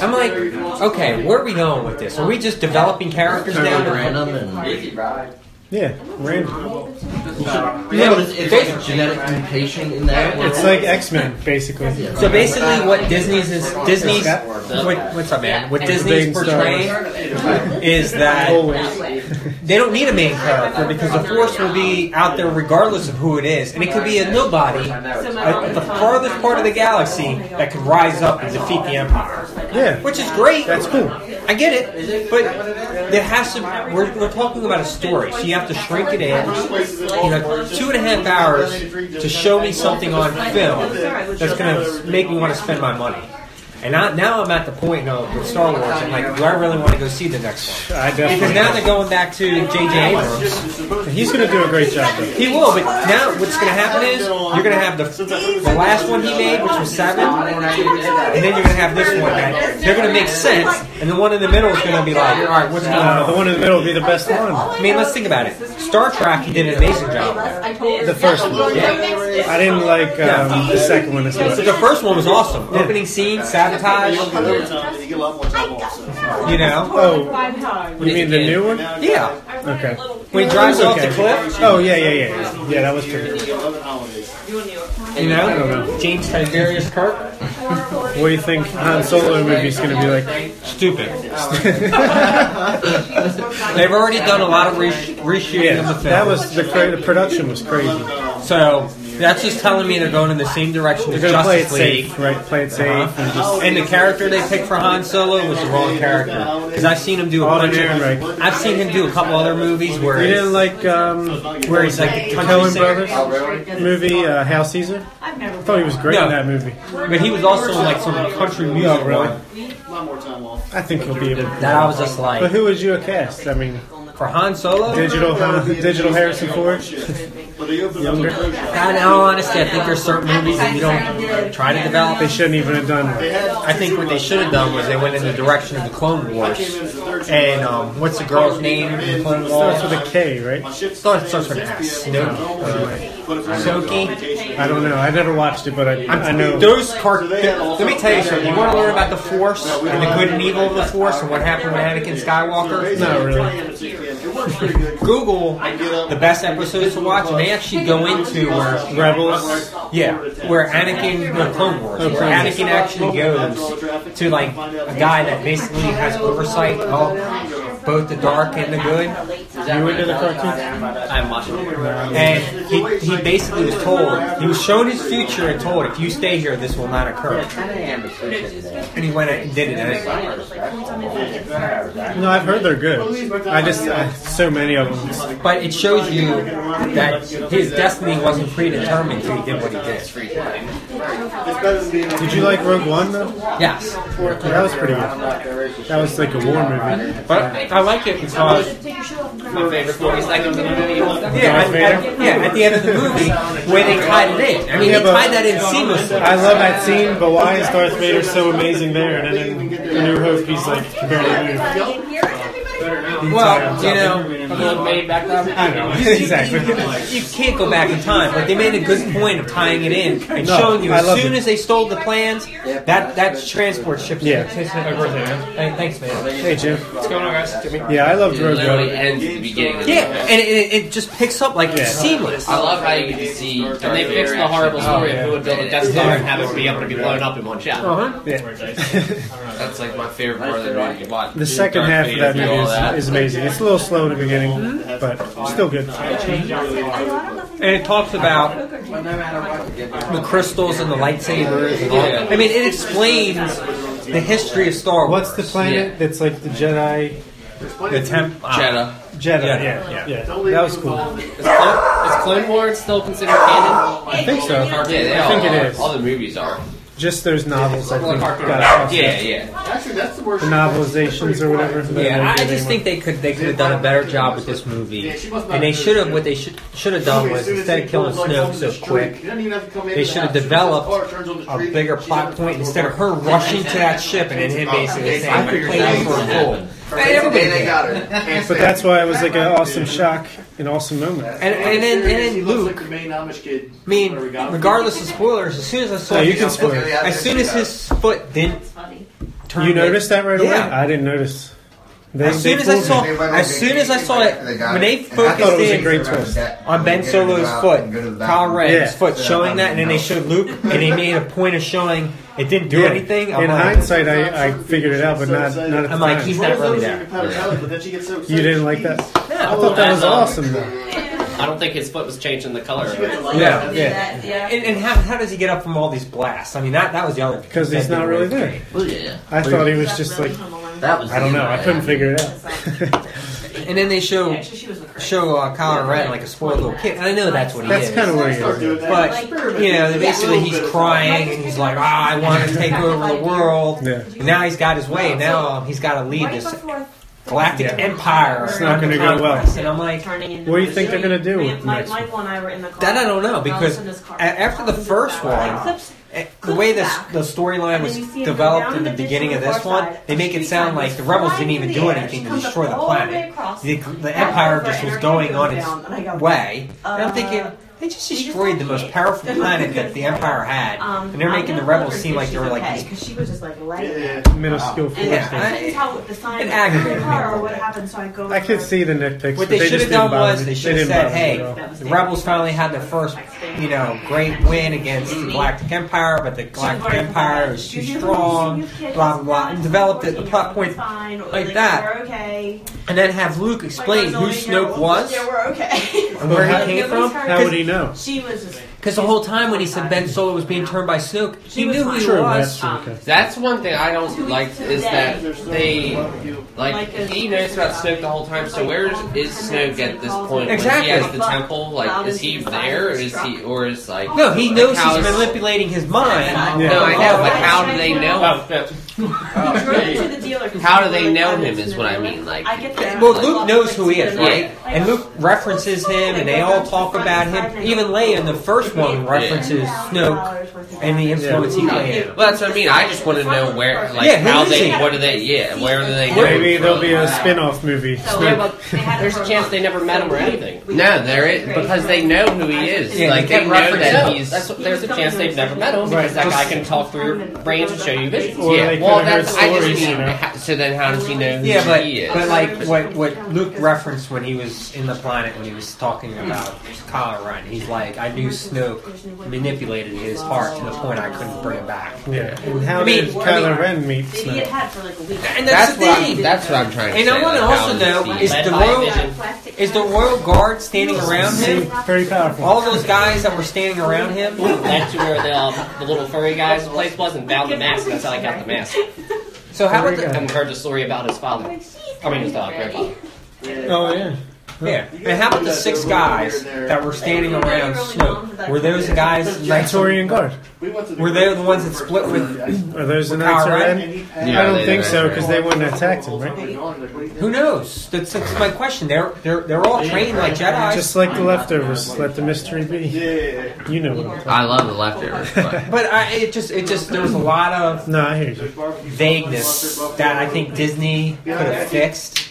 Speaker 4: I'm like, okay, where are we going with this? Are we just developing characters down the road?
Speaker 9: Random and
Speaker 1: Yeah, random.
Speaker 9: yeah, but it's, it's like genetic mutation in that. where-
Speaker 1: It's like X Men, basically.
Speaker 9: Yeah.
Speaker 4: So basically, what Disney's is Disney's. What, what's up, man? What Disney's
Speaker 1: Big Star
Speaker 4: portraying is that
Speaker 1: Always.
Speaker 4: they don't need a main character because the Force will be out there regardless of who it is, and it could be a nobody at the farthest part of the galaxy that could rise up and defeat the Empire.
Speaker 1: Yeah,
Speaker 4: Which is great.
Speaker 1: that's cool.
Speaker 4: I get it, but there has to. We're, we're talking about a story, so you have to shrink it in. You know, two and a half hours to show me something on film that's going to make me want to spend my money. And I, now I'm at the point now with Star Wars. I'm like, do I really want to go see the next one?
Speaker 1: I
Speaker 4: Because
Speaker 1: definitely.
Speaker 4: now they're going back to J.J. Abrams.
Speaker 1: He's gonna do a great job. Though.
Speaker 4: He will, but now what's going to happen is you're going to have the the last one he made, which was seven, and then you're gonna have this one. That they're gonna make sense, and the one in the middle is gonna be like, all right, what's going
Speaker 1: Uh, the
Speaker 4: on?
Speaker 1: one in the middle will be the best one.
Speaker 4: I mean, let's think about it. Star Trek, he did an amazing job. with.
Speaker 1: The first one. I didn't like um, the second one as
Speaker 4: So
Speaker 1: much.
Speaker 4: the first one was awesome. Opening scene, sabotage. You know?
Speaker 1: Oh, you mean the new one?
Speaker 4: Yeah.
Speaker 1: Okay.
Speaker 4: When he drives off the cliff,
Speaker 1: Oh yeah, yeah, yeah, yeah. Yeah, that was pretty. Good.
Speaker 4: you
Speaker 1: I don't know.
Speaker 4: know, James Tiberius Kirk,
Speaker 1: What do you think Han Solo movie's gonna be like?
Speaker 4: stupid. They've already done a lot of re- reshooting of
Speaker 1: Yeah,
Speaker 4: the film.
Speaker 1: that was the cra- the production was crazy.
Speaker 4: so. That's just telling me they're going in the same direction
Speaker 1: They're
Speaker 4: as
Speaker 1: gonna play it
Speaker 4: Justice League. Uh-huh.
Speaker 1: safe, right? Play it safe and just.
Speaker 4: And the character they picked for Han Solo was the wrong character because I've seen him do a
Speaker 1: All
Speaker 4: bunch
Speaker 1: the
Speaker 4: of.
Speaker 1: Aaron Reich.
Speaker 4: I've seen him do a couple other movies where
Speaker 1: You
Speaker 4: he's-
Speaker 1: didn't like um,
Speaker 4: where he's like a
Speaker 1: the
Speaker 4: country
Speaker 1: Coen
Speaker 4: singer.
Speaker 1: Brothers Oh, movie, uh, Hal Caesar?
Speaker 5: I've never.
Speaker 1: I thought he was great
Speaker 4: No.
Speaker 1: in that movie.
Speaker 4: but he was also in like some country music
Speaker 1: really?
Speaker 4: one
Speaker 1: I think he'll be able to.
Speaker 4: that I was just
Speaker 1: But
Speaker 4: like
Speaker 1: who would you have cast? I mean,
Speaker 4: for Han Solo.
Speaker 1: digital, huh? digital Harrison Ford, younger.
Speaker 4: God, in all honesty, I think there's certain movies that you don't try to develop.
Speaker 1: They shouldn't even have done it.
Speaker 4: I think what they should have done was they went in the direction of the Clone Wars and um, what's the girl's name? in The Clone
Speaker 1: Starts with
Speaker 4: Wars.
Speaker 1: a K, right? Uh,
Speaker 4: Starts starts with an S. Snoke. Soki.
Speaker 1: I don't know. I never watched it, but I, I know.
Speaker 4: Those car- Let me tell you something. You want to learn about the Force and the good and evil of the Force and what happened with Anakin Skywalker?
Speaker 1: Not really.
Speaker 4: Google the best episodes to watch, and they actually go into where
Speaker 1: Rebels.
Speaker 4: yeah, where Anakin the Clone Wars, where
Speaker 1: Clone Wars.
Speaker 4: Anakin actually goes to like a guy that basically has oversight of both the dark and the good,
Speaker 1: You into the cartoons?
Speaker 9: I'm watching
Speaker 4: and he, he basically was told he was shown his future and told if you stay here this will not occur, and he went and did it. anyway.
Speaker 1: No, I've heard they're good. I just I, so many of them.
Speaker 4: But it shows you that his destiny wasn't predetermined till he did what he did.
Speaker 1: Did you like Rogue One though?
Speaker 4: Yes.
Speaker 1: That was pretty good. That was like a war movie.
Speaker 4: But I like it because
Speaker 9: my favorite stories. Like in the movie.
Speaker 4: yeah,
Speaker 1: Darth
Speaker 4: at,
Speaker 1: Vader?
Speaker 4: yeah, at the end of the movie where they tied it in. I mean,
Speaker 1: Yeah,
Speaker 4: they
Speaker 1: but-
Speaker 4: tied that in seamlessly.
Speaker 1: I love that scene, but why is Darth Vader so amazing there? And then in A New Hope, he's like barely moved.
Speaker 4: Well, you know, I know exactly. You can't go back in time, but they made a good point of tying it in and
Speaker 1: No,
Speaker 4: showing you
Speaker 1: I
Speaker 4: as
Speaker 1: love
Speaker 4: soon
Speaker 1: it.
Speaker 4: as they stole the plans, that that transport ship.
Speaker 1: Yeah.
Speaker 4: Hey, thanks, man.
Speaker 1: Hey, Jim.
Speaker 8: What's going on, guys? Jimmy.
Speaker 1: Yeah, I loved Rogue
Speaker 9: literally
Speaker 1: One.
Speaker 9: ends at the beginning.
Speaker 4: Yeah, and it, it just picks up like it's
Speaker 1: Yeah.
Speaker 4: seamless.
Speaker 9: I love how you get to see. And
Speaker 8: And they fixed the horrible
Speaker 1: Oh,
Speaker 8: story of who would build a Death Star and have it be able to be blown up in one shot.
Speaker 4: Uh-huh.
Speaker 9: That's like my favorite part of the movie. You watch
Speaker 1: The second
Speaker 9: Darth
Speaker 1: half of that
Speaker 9: Vader do
Speaker 1: movie
Speaker 9: all
Speaker 1: is, is amazing. It's a little slow in the beginning, but still good.
Speaker 4: And it talks about the crystals and the lightsabers. And all. I mean, it explains the history of Star Wars.
Speaker 1: What's the planet
Speaker 9: Yeah.
Speaker 1: that's like the Jedi? The Temp
Speaker 9: Jeddah.
Speaker 1: Jedi.
Speaker 4: Yeah.
Speaker 1: Yeah, yeah, That was cool.
Speaker 8: Is, Clone, is Clone War still considered canon?
Speaker 1: I think so.
Speaker 9: Yeah, they
Speaker 1: I
Speaker 9: all
Speaker 1: think it
Speaker 9: are.
Speaker 1: is.
Speaker 9: All the movies are.
Speaker 1: Just those novels, I think. Got
Speaker 9: Yeah, yeah.
Speaker 6: Actually, that's the worst.
Speaker 1: The novelizations or whatever. but
Speaker 4: Yeah, I
Speaker 1: they
Speaker 4: just
Speaker 1: were-
Speaker 4: think they could they could have done a better job with this movie, and they should have what they should should have done was instead of killing Snoke so quick, they should have developed a bigger plot point instead of her rushing to that ship and then him basically saying, "I'm playing for a goal." And everybody did.
Speaker 6: got her.
Speaker 1: But that's why it was like an awesome shock, an awesome moment.
Speaker 4: And, and then and then Luke.
Speaker 6: the main Amish kid.
Speaker 4: I mean, regardless of spoilers, as soon as I saw,
Speaker 1: No, you
Speaker 4: his-
Speaker 1: can spoil it.
Speaker 4: As soon as his foot didn't turn,
Speaker 1: You
Speaker 4: it-
Speaker 1: noticed that right away?
Speaker 4: Yeah.
Speaker 1: I didn't notice. They,
Speaker 4: As
Speaker 1: they
Speaker 4: soon as I
Speaker 1: fooled
Speaker 4: saw,
Speaker 1: me.
Speaker 4: as soon as I saw it, when they
Speaker 1: I thought it
Speaker 4: focused
Speaker 1: was a
Speaker 4: in
Speaker 1: great twist.
Speaker 4: on Ben Solo's foot, Kyle Ray's
Speaker 1: Yeah.
Speaker 4: foot, showing that, and then they showed Luke, and they made a point of showing it didn't do
Speaker 1: Yeah.
Speaker 4: anything. I'm
Speaker 1: In
Speaker 4: like,
Speaker 1: hindsight, I, I figured it out, but not, not at the
Speaker 4: I'm like,
Speaker 1: time.
Speaker 4: he's not really there.
Speaker 1: You didn't like that? I thought that was awesome, though.
Speaker 8: I don't think his foot was changing the color.
Speaker 1: Yeah, yeah.
Speaker 4: And, and how, how does he get up from all these blasts? I mean, that that was the other
Speaker 1: Because he's not really there.
Speaker 9: Well, yeah.
Speaker 1: I thought he was just like,
Speaker 9: That was.
Speaker 1: I don't know. I couldn't figure it out.
Speaker 4: And then they show show uh, Kylo Ren like a spoiled little kid, and I know that's what he
Speaker 1: That's
Speaker 4: is.
Speaker 1: kind of where he is.
Speaker 4: but you know, basically he's crying and he's like, "Ah, I want to take over the world."
Speaker 1: Yeah.
Speaker 4: And now he's got his way. Now um, he's got to lead this galactic empire.
Speaker 1: It's not gonna
Speaker 4: under
Speaker 1: go well.
Speaker 4: conquest. And I'm like,
Speaker 1: What do you think they're gonna do with the
Speaker 7: My,
Speaker 1: next
Speaker 7: Michael and I were in the car.
Speaker 4: That I don't know, because a- after the first one-
Speaker 7: Clips,
Speaker 4: eh, the way this the storyline
Speaker 7: and
Speaker 4: was
Speaker 7: then you see him go
Speaker 4: developed
Speaker 7: down
Speaker 4: in the
Speaker 7: ditch to
Speaker 4: beginning of
Speaker 7: the
Speaker 4: this
Speaker 7: far
Speaker 4: one,
Speaker 7: side.
Speaker 4: they make it sound like the rebels didn't even do anything to destroy the planet. The, the empire just was going on its way. And I'm thinking. They just destroyed the most powerful planet that the Empire had,
Speaker 7: um,
Speaker 4: and they're making the rebels seem like they were like these
Speaker 7: Because she was just like laying there.
Speaker 1: Middle school
Speaker 7: And
Speaker 1: force.
Speaker 4: Yeah.
Speaker 7: I couldn't tell what the sign
Speaker 4: It
Speaker 7: was in
Speaker 4: aggravated
Speaker 7: the
Speaker 4: me a
Speaker 7: car or
Speaker 4: little
Speaker 7: what
Speaker 4: bit.
Speaker 7: happened, so I go.
Speaker 1: I could
Speaker 7: over.
Speaker 1: see the nitpicks. but
Speaker 4: What they, should
Speaker 1: just didn't
Speaker 4: have done
Speaker 1: bother
Speaker 4: was
Speaker 1: me.
Speaker 4: they should have
Speaker 1: didn't
Speaker 4: said,
Speaker 1: bother me
Speaker 4: "Hey,
Speaker 1: at all.
Speaker 7: all.
Speaker 4: the rebels finally had their first, you know, great win against the Galactic Empire, but the Galactic Empire is too strong." blah, blah, blah, and developed it, the plot point like that.
Speaker 7: We're okay.
Speaker 4: And then have Luke explain who Snoke was
Speaker 7: Yeah, we're okay.
Speaker 4: and where
Speaker 1: How-
Speaker 4: he came from.
Speaker 1: How would he know?
Speaker 7: She was just.
Speaker 4: Because the whole time when he said Ben Solo was being turned by Snoke, he knew who he
Speaker 1: True, that's
Speaker 4: was.
Speaker 1: true. Okay.
Speaker 9: That's one thing I don't like is that they like
Speaker 7: Like a-
Speaker 9: he knows about Snoke the whole time. So where is, is Snoke at this point?
Speaker 4: Exactly.
Speaker 9: When he has the temple. Like, is he there? Or is he or is like?
Speaker 4: No, he knows
Speaker 9: Like, how
Speaker 4: he's
Speaker 9: is-
Speaker 4: manipulating his mind.
Speaker 9: No, I know, but how do they know?
Speaker 7: He drove to the dealer.
Speaker 9: How do they know him? Is what I mean. Like,
Speaker 7: I get that.
Speaker 4: Well, Luke knows who he is, right?
Speaker 7: Yeah.
Speaker 4: And Luke references him, and they all talk about him. Even Leia in the first one references Snoke and the influence he played.
Speaker 9: Well, that's what I mean. I just want to know where, like,
Speaker 4: Yeah, who
Speaker 9: how
Speaker 4: is
Speaker 9: they,
Speaker 4: he?
Speaker 9: what do they, yeah, where do they go?
Speaker 1: Maybe there'll be a spin-off movie.
Speaker 8: Yeah, but there's a chance they never met him or anything.
Speaker 9: No, there is because they know who he is.
Speaker 4: Yeah, they
Speaker 9: like they,
Speaker 4: can't
Speaker 9: know
Speaker 4: reference
Speaker 9: that
Speaker 8: No,
Speaker 9: he's.
Speaker 8: that's, there's a chance they've never met him
Speaker 1: Right.
Speaker 8: because that guy can talk through your brains and show you visions.
Speaker 1: Or
Speaker 9: yeah,
Speaker 1: they
Speaker 9: well,
Speaker 1: could've heard
Speaker 9: that's I just
Speaker 1: stories,
Speaker 9: mean.
Speaker 1: you know.
Speaker 9: ha- So then, how does he know who
Speaker 4: Yeah, but
Speaker 9: he E is?
Speaker 4: but like what what Luke referenced when he was in the planet when he was talking
Speaker 9: Hmm.
Speaker 4: about Kylo Ren, he's like, I knew Snoke manipulated his heart to the point I couldn't bring him back.
Speaker 1: Yeah. And how
Speaker 4: I mean-
Speaker 1: did
Speaker 4: I mean-
Speaker 1: Kylo Ren meet
Speaker 7: Maybe
Speaker 1: Snoke?
Speaker 7: it had for like a week.
Speaker 4: And that's,
Speaker 9: that's
Speaker 4: the
Speaker 9: what
Speaker 4: thing.
Speaker 9: I'm, that's what I'm trying to
Speaker 4: And
Speaker 9: say.
Speaker 4: I wanna
Speaker 9: like, how
Speaker 4: also
Speaker 9: does
Speaker 4: know
Speaker 9: he-
Speaker 4: is the
Speaker 8: by
Speaker 4: royal
Speaker 8: vision.
Speaker 4: is the royal guard standing around him?
Speaker 1: Very powerful.
Speaker 4: All those guys that were standing around him.
Speaker 8: That's where the, uh, the little furry guy's place was and found the mask. That's how I got the mask.
Speaker 4: So how about the,
Speaker 8: And heard the story about his father. I mean, his dog, grandfather.
Speaker 1: Oh yeah.
Speaker 4: yeah? And how about the six guys that were standing around Snoke? Were those guys like
Speaker 1: Praetorian Guard.
Speaker 4: were they the ones that split with?
Speaker 1: Are those the
Speaker 4: With
Speaker 1: Knights of
Speaker 4: Kylo
Speaker 1: Ren?
Speaker 4: Ren?
Speaker 9: Yeah,
Speaker 1: I don't
Speaker 9: they-
Speaker 1: think
Speaker 9: they-
Speaker 1: so
Speaker 9: they-
Speaker 1: because they wouldn't have attacked him, right?
Speaker 4: Who knows? That's, that's my question. They're they're they're all trained like Jedi.
Speaker 1: Just like the leftovers, let the mystery be.
Speaker 6: Yeah.
Speaker 1: You know what I'm talking.
Speaker 9: I love the leftovers. But
Speaker 4: But I, it just, it just, there was a lot of
Speaker 1: No, I hear you.
Speaker 4: vagueness that I think Disney could have fixed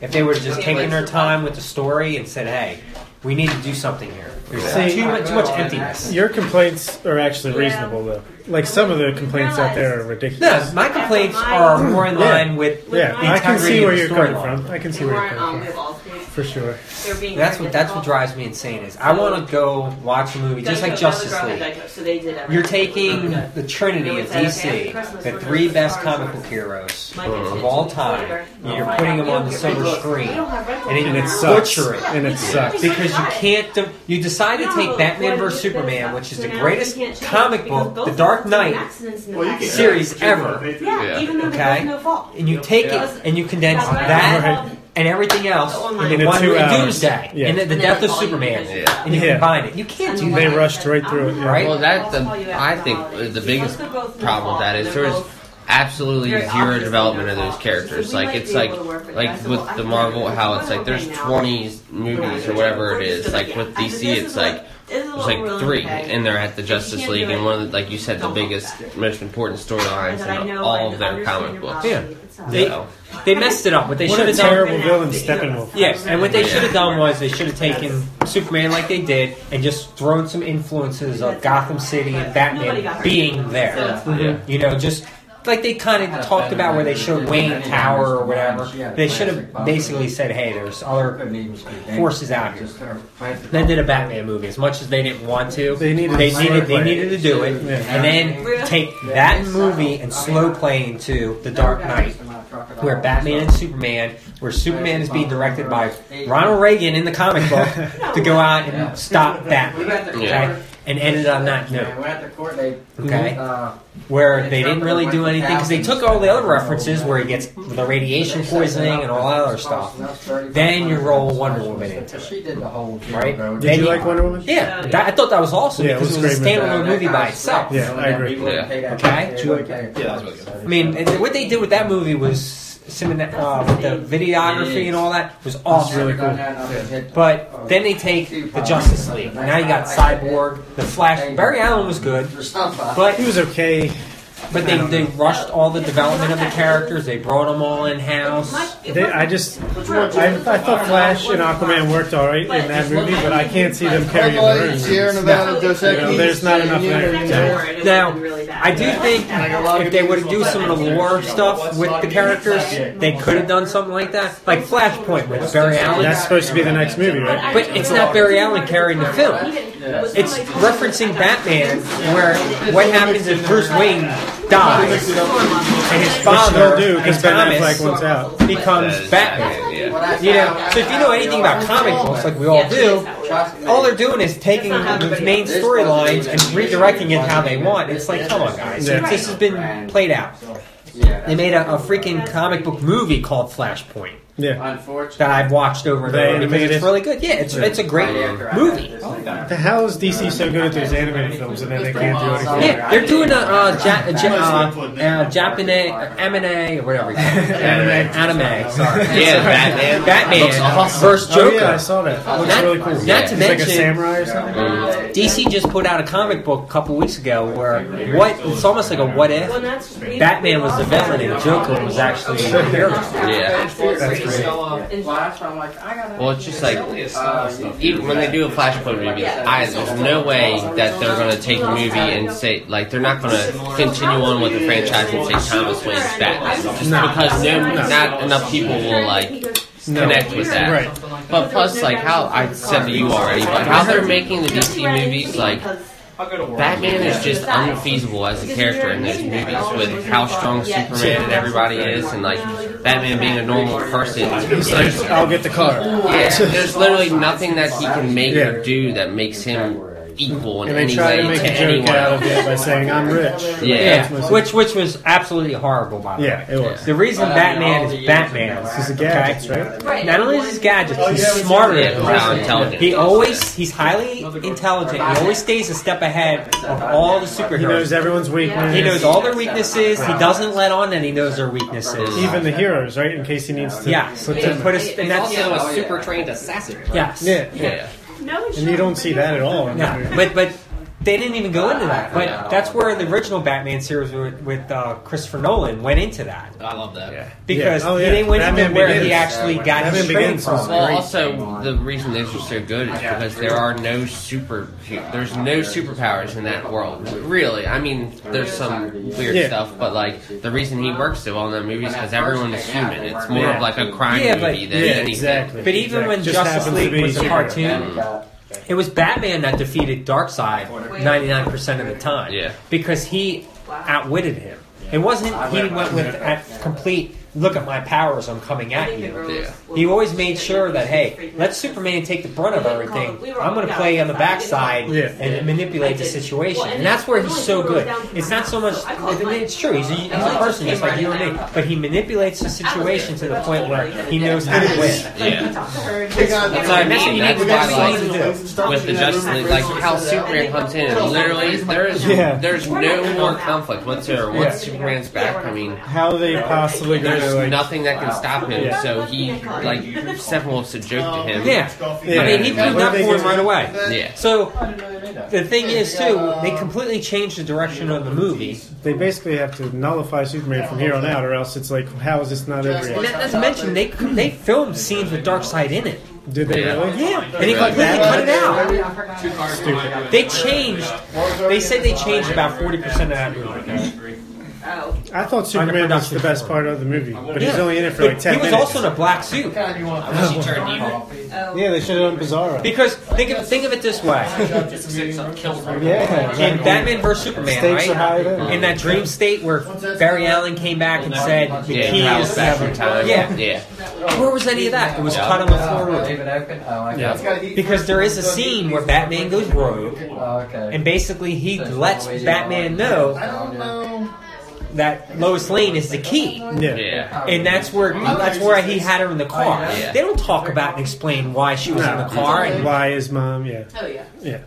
Speaker 4: if they would have just taken their time with the story and said, "Hey, we need to do something here." There's
Speaker 1: See-
Speaker 4: too much, too much emptiness.
Speaker 1: Your complaints are actually reasonable, though. Like some of the complaints out there are
Speaker 4: No,
Speaker 1: ridiculous.
Speaker 4: my complaints are more in line with
Speaker 1: Yeah,
Speaker 4: the
Speaker 1: I can see
Speaker 4: integrity
Speaker 1: where
Speaker 4: of the
Speaker 1: you're coming
Speaker 4: storyline.
Speaker 1: from. I can see
Speaker 7: They
Speaker 1: where you're
Speaker 7: weren't on
Speaker 1: coming
Speaker 4: um,
Speaker 7: their balls.
Speaker 1: from, for sure.
Speaker 7: They're being
Speaker 4: That's
Speaker 7: very
Speaker 4: what that's what
Speaker 7: difficult.
Speaker 4: drives me insane is I want to go watch a movie just
Speaker 7: Geico,
Speaker 4: like
Speaker 7: that was
Speaker 4: Justice
Speaker 7: wrong with
Speaker 4: League.
Speaker 7: Geico, so they did everything.
Speaker 4: You're taking the Trinity of
Speaker 7: Is that okay?
Speaker 4: DC,
Speaker 7: Christmas,
Speaker 4: the
Speaker 7: we're
Speaker 4: three
Speaker 7: doing
Speaker 4: best
Speaker 7: Star
Speaker 4: comic
Speaker 7: Wars.
Speaker 4: book heroes
Speaker 7: Mike, it's-
Speaker 4: of all
Speaker 7: it's
Speaker 4: time.
Speaker 7: later.
Speaker 4: and You're putting them on the silver
Speaker 7: We
Speaker 4: screen,
Speaker 7: don't have rental
Speaker 4: and then
Speaker 1: And
Speaker 4: you
Speaker 1: it
Speaker 7: now.
Speaker 1: sucks.
Speaker 4: butcher it
Speaker 1: And it sucks.
Speaker 4: because you can't. De- you decide to take Batman vs Superman, which is the greatest comic book, the Dark Knight
Speaker 6: Well, you can
Speaker 4: series ever,
Speaker 7: Yeah, even though
Speaker 4: Okay.
Speaker 7: there's no fault.
Speaker 4: and you take it and you condense that
Speaker 1: Right.
Speaker 4: and everything else
Speaker 7: Online.
Speaker 4: into
Speaker 1: In
Speaker 4: one
Speaker 1: two hours.
Speaker 4: Doomsday,
Speaker 1: Yeah.
Speaker 4: and then the
Speaker 7: And
Speaker 4: death
Speaker 7: then
Speaker 4: of
Speaker 7: all you
Speaker 4: Superman,
Speaker 7: guys-
Speaker 2: Yeah.
Speaker 4: and you
Speaker 1: Yeah.
Speaker 4: combine it. You can't do
Speaker 1: They
Speaker 4: that.
Speaker 1: rushed right through it, yeah.
Speaker 4: Right?
Speaker 7: Well,
Speaker 9: Well,
Speaker 7: that's
Speaker 9: that
Speaker 7: the.
Speaker 9: the I think the biggest problem with that is there is absolutely
Speaker 7: Very
Speaker 9: zero
Speaker 7: obviously
Speaker 9: development
Speaker 7: no
Speaker 9: of those
Speaker 7: fault.
Speaker 9: characters.
Speaker 7: We
Speaker 9: Like
Speaker 7: might
Speaker 9: it's
Speaker 7: be
Speaker 9: like
Speaker 7: able to work with
Speaker 9: like
Speaker 7: that.
Speaker 9: with
Speaker 7: Well, I
Speaker 9: the
Speaker 7: think
Speaker 9: Marvel
Speaker 7: we're
Speaker 9: how
Speaker 7: doing
Speaker 9: it's like there's
Speaker 7: right now.
Speaker 9: 20 movies or whatever it is. Like with DC, it's like there's like three, and they're at the Justice League, and one of the, like you said, the biggest, most important storylines in all of their comic books.
Speaker 4: Yeah. They,
Speaker 9: So,
Speaker 4: they messed it up. What they
Speaker 1: What
Speaker 4: should
Speaker 1: a
Speaker 4: have done.
Speaker 1: terrible villain Steppenwolf.
Speaker 4: Yeah, and what they
Speaker 9: Yeah.
Speaker 4: should have done was they should have taken Superman like they did and just thrown some influences of Gotham City and Batman being there.
Speaker 9: yeah.
Speaker 1: Mm-hmm.
Speaker 4: You know, just like they kind of talked about where they showed Wayne Tower or whatever. They should have basically said, hey, there's other. forces out here. They did a Batman movie as much as they didn't want to.
Speaker 1: They needed
Speaker 4: they
Speaker 1: to
Speaker 4: needed, they
Speaker 1: slow-play
Speaker 4: needed to do it,
Speaker 1: Yeah.
Speaker 4: and then take that movie and slow play into The Dark Knight where Batman and Superman, where Superman is being directed by Ronald Reagan in the comic book to go out and stop Batman, okay? And ended on that note,
Speaker 9: We're at the court. Uh, They
Speaker 4: okay? Where they didn't really do anything because they took all the other references where he gets the radiation poisoning and all that other stuff. Then you roll Wonder Woman into
Speaker 9: She did the whole deal,
Speaker 4: Right?
Speaker 9: though.
Speaker 1: Did you like Wonder Woman?
Speaker 4: Yeah, that, I thought that was awesome
Speaker 1: Yeah, it
Speaker 4: because it
Speaker 1: was
Speaker 4: was, a
Speaker 1: great movie.
Speaker 4: standalone movie by itself.
Speaker 1: Yeah, I agree.
Speaker 9: Yeah.
Speaker 4: Okay.
Speaker 8: Yeah, that was really good.
Speaker 4: I mean, and what they did with that movie was some uh, with the videography and all that was awesome.
Speaker 1: really cool.
Speaker 4: But then they take the Justice League. Now you got Cyborg, the Flash. Barry Allen was good, but
Speaker 1: He was okay.
Speaker 4: but they, they rushed all the development of the characters. They brought them all in house.
Speaker 1: They, I just, I, I thought Flash and Aquaman worked all right in that movie, but I can't see them carrying
Speaker 6: Carolina,
Speaker 1: the
Speaker 6: Sierra
Speaker 1: burden.
Speaker 6: Nevada, Dos
Speaker 1: You know,
Speaker 6: Equis,
Speaker 1: there's not enough there.
Speaker 6: Union,
Speaker 4: Now,
Speaker 7: really bad.
Speaker 4: I do think if they would do some of the lore stuff with the characters, they could have done something like that, like Flashpoint with Barry Allen.
Speaker 1: That's supposed to be the next movie, right?
Speaker 4: But it's not Barry Allen carrying the film. It's referencing Batman, where what happens if Bruce Wayne dies and his father
Speaker 1: Which they'll do
Speaker 4: and
Speaker 1: because Ben
Speaker 4: Thomas
Speaker 1: Affleck wants out.
Speaker 4: becomes Batman.
Speaker 2: Yeah.
Speaker 4: You know, so if you know anything about comic books, like we all do, all they're doing is taking the main storylines and redirecting it how they want. It's like, come on, guys,
Speaker 1: Yeah.
Speaker 4: this has been played out. They made a, a freaking comic book movie called Flashpoint
Speaker 1: Yeah.
Speaker 9: Unfortunately,
Speaker 4: that I've watched over and
Speaker 1: The
Speaker 4: over because
Speaker 1: animated?
Speaker 4: it's really good. Yeah, it's it's a great movie.
Speaker 1: The hell is DC so good at those animated films and then they can't do anything?
Speaker 4: Yeah, they're doing a uh, ja- a ja- uh, uh, Japanese uh, anime or whatever. you call it.
Speaker 1: Anime.
Speaker 4: Anime. Sorry.
Speaker 2: Yeah, Batman.
Speaker 4: Batman versus
Speaker 1: Oh
Speaker 4: Joker.
Speaker 1: yeah, I saw that. That looks
Speaker 4: Not-
Speaker 1: really cool.
Speaker 4: not to
Speaker 1: He's like a
Speaker 4: mention-
Speaker 1: samurai or something.
Speaker 4: DC just put out a comic book a couple weeks ago where what it's almost like a what if Batman was the villain and Joker was actually the hero.
Speaker 2: Yeah.
Speaker 1: That's great.
Speaker 2: Well, it's just like even when they do a Flashpoint movie, I there's no way that they're gonna take a movie and say like they're not gonna continue on with the franchise and say Thomas Wayne's Batman just because no, not enough people will like connect with that.
Speaker 1: Right.
Speaker 2: But plus, like how I said to you already, but how they're making the DC movies like Batman is just unfeasible as a character in those movies with how strong Superman and everybody is, and like Batman being a normal person. It's like,
Speaker 1: I'll get the car.
Speaker 2: yeah, there's literally nothing that he can make
Speaker 1: Yeah.
Speaker 2: or do that makes him equal in
Speaker 1: And they
Speaker 2: any
Speaker 1: try
Speaker 2: way
Speaker 1: to make
Speaker 2: to
Speaker 1: a joke
Speaker 2: anyone
Speaker 1: out
Speaker 2: else.
Speaker 1: of it by saying, I'm rich.
Speaker 2: Yeah.
Speaker 4: Yeah,
Speaker 1: That's my-
Speaker 4: which which was absolutely horrible by the way.
Speaker 1: Yeah, it was.
Speaker 4: The reason Batman is Batman
Speaker 1: He's
Speaker 4: is
Speaker 1: a gadgets, right?
Speaker 4: not only is his gadgets,
Speaker 6: Oh,
Speaker 4: he's
Speaker 6: yeah, we said
Speaker 4: smarter
Speaker 2: Yeah,
Speaker 4: than the rest
Speaker 2: how
Speaker 4: of them.
Speaker 2: intelligent.
Speaker 4: He always he's highly intelligent. He always stays a step ahead of all the superheroes.
Speaker 1: He knows everyone's weakness.
Speaker 4: He knows all their weaknesses. He doesn't let on that he knows their weaknesses.
Speaker 1: even the heroes, right? In case he needs to.
Speaker 4: Yeah,
Speaker 1: slip
Speaker 4: to
Speaker 1: in.
Speaker 4: put us, and
Speaker 8: And
Speaker 4: that's
Speaker 8: also a super uh, trained assassin.
Speaker 4: yes.
Speaker 1: Yeah.
Speaker 2: Yeah.
Speaker 1: And you don't see that at all. in the
Speaker 4: No,
Speaker 1: movie.
Speaker 4: but but They didn't even go into that,
Speaker 9: I know.
Speaker 4: but that's where the original Batman series with, with uh, Christopher Nolan went into that
Speaker 8: I love that.
Speaker 9: Yeah.
Speaker 4: because
Speaker 1: Yeah. Oh, yeah.
Speaker 4: they went
Speaker 1: Batman
Speaker 4: into where he
Speaker 1: Begins.
Speaker 4: actually got
Speaker 1: Batman
Speaker 4: his training
Speaker 1: Begins was
Speaker 4: from.
Speaker 9: Well,
Speaker 1: Great.
Speaker 9: also the reason these are so good is because there are no super. There's no superpowers in that world, really. I mean, there's some weird
Speaker 1: Yeah.
Speaker 9: stuff, but like the reason he works so well in that movie is because everyone is human. It's more of like a crime
Speaker 4: Yeah, but-
Speaker 9: movie than
Speaker 1: Yeah,
Speaker 9: anything.
Speaker 1: exactly.
Speaker 4: But even when
Speaker 1: Just
Speaker 4: Justice
Speaker 1: happens to
Speaker 4: League
Speaker 1: be
Speaker 4: was a
Speaker 1: superhero.
Speaker 4: cartoon, it was Batman that defeated Darkseid 99% of the time.
Speaker 9: Yeah.
Speaker 4: Because he outwitted him. It wasn't he went with a complete look at my powers, I'm coming at you.
Speaker 9: Yeah.
Speaker 4: He always made sure that hey, let Superman take the brunt of everything. I'm going to play on the backside
Speaker 1: Yeah.
Speaker 4: and manipulate the situation, and that's where he's so good. It's not so much. I mean, It's true. He's a, he's a person just like you and me, but he manipulates the situation to the point where he knows how to win.
Speaker 9: Yeah.
Speaker 6: They got-
Speaker 9: That's what I mean. That's
Speaker 6: we
Speaker 9: why
Speaker 6: got
Speaker 9: like.
Speaker 6: scenes
Speaker 9: with the Justice League, like how Superman comes in, and literally there is
Speaker 1: Yeah.
Speaker 9: there's no more conflict whatsoever. Once
Speaker 1: Yeah.
Speaker 9: Superman's back, I mean,
Speaker 1: How they possibly going to
Speaker 9: there's
Speaker 1: like?
Speaker 9: nothing that can stop him.
Speaker 1: Yeah.
Speaker 9: So he like Stephen Wolf's a joke to him.
Speaker 4: Yeah.
Speaker 1: Yeah.
Speaker 4: I mean, he proved
Speaker 1: What
Speaker 4: that
Speaker 1: are they
Speaker 4: for him
Speaker 1: gonna-
Speaker 4: right away.
Speaker 9: Yeah.
Speaker 4: So the thing is, too, they completely changed the direction of the movie.
Speaker 1: They basically have to nullify Superman from here on out, or else it's like, how is this not over
Speaker 4: And
Speaker 1: yet?
Speaker 4: that- not to mention, they they filmed scenes with Darkseid in it.
Speaker 1: Did they
Speaker 9: Yeah.
Speaker 1: really?
Speaker 4: Yeah, and he completely cut it out.
Speaker 1: Stupid.
Speaker 4: They changed. They said they changed about forty percent of that movie.
Speaker 7: Oh.
Speaker 1: I thought Superman was the best part of the movie, but he's
Speaker 4: Yeah.
Speaker 1: only in it for
Speaker 4: But
Speaker 1: like ten
Speaker 4: he was
Speaker 1: minutes.
Speaker 4: also in a black suit.
Speaker 8: She turned evil.
Speaker 7: Oh.
Speaker 1: yeah, they should have done Bizarro.
Speaker 4: Because think of think of it this way:
Speaker 8: uh,
Speaker 1: Yeah,
Speaker 4: in Batman vs Superman,
Speaker 1: Stakes are high
Speaker 4: right?
Speaker 1: there.
Speaker 4: In that dream state where Barry Allen came back and said
Speaker 9: Yeah,
Speaker 4: he
Speaker 9: now
Speaker 4: is
Speaker 9: it's back in time.
Speaker 4: Yeah.
Speaker 9: yeah.
Speaker 4: Where was any of that? It was
Speaker 9: Yeah.
Speaker 4: cut on the floor.
Speaker 9: Yeah.
Speaker 4: Because there is a scene where Batman goes rogue, and basically he lets Batman know
Speaker 6: I don't know.
Speaker 4: that Lois Lane is the key.
Speaker 1: Yeah.
Speaker 9: Yeah.
Speaker 4: And that's where
Speaker 1: Oh,
Speaker 4: that's where he had her in the car.
Speaker 9: Yeah.
Speaker 4: They don't talk about and explain why she was in the car. And,
Speaker 1: Why is mom? Yeah,
Speaker 7: Oh yeah.
Speaker 1: yeah.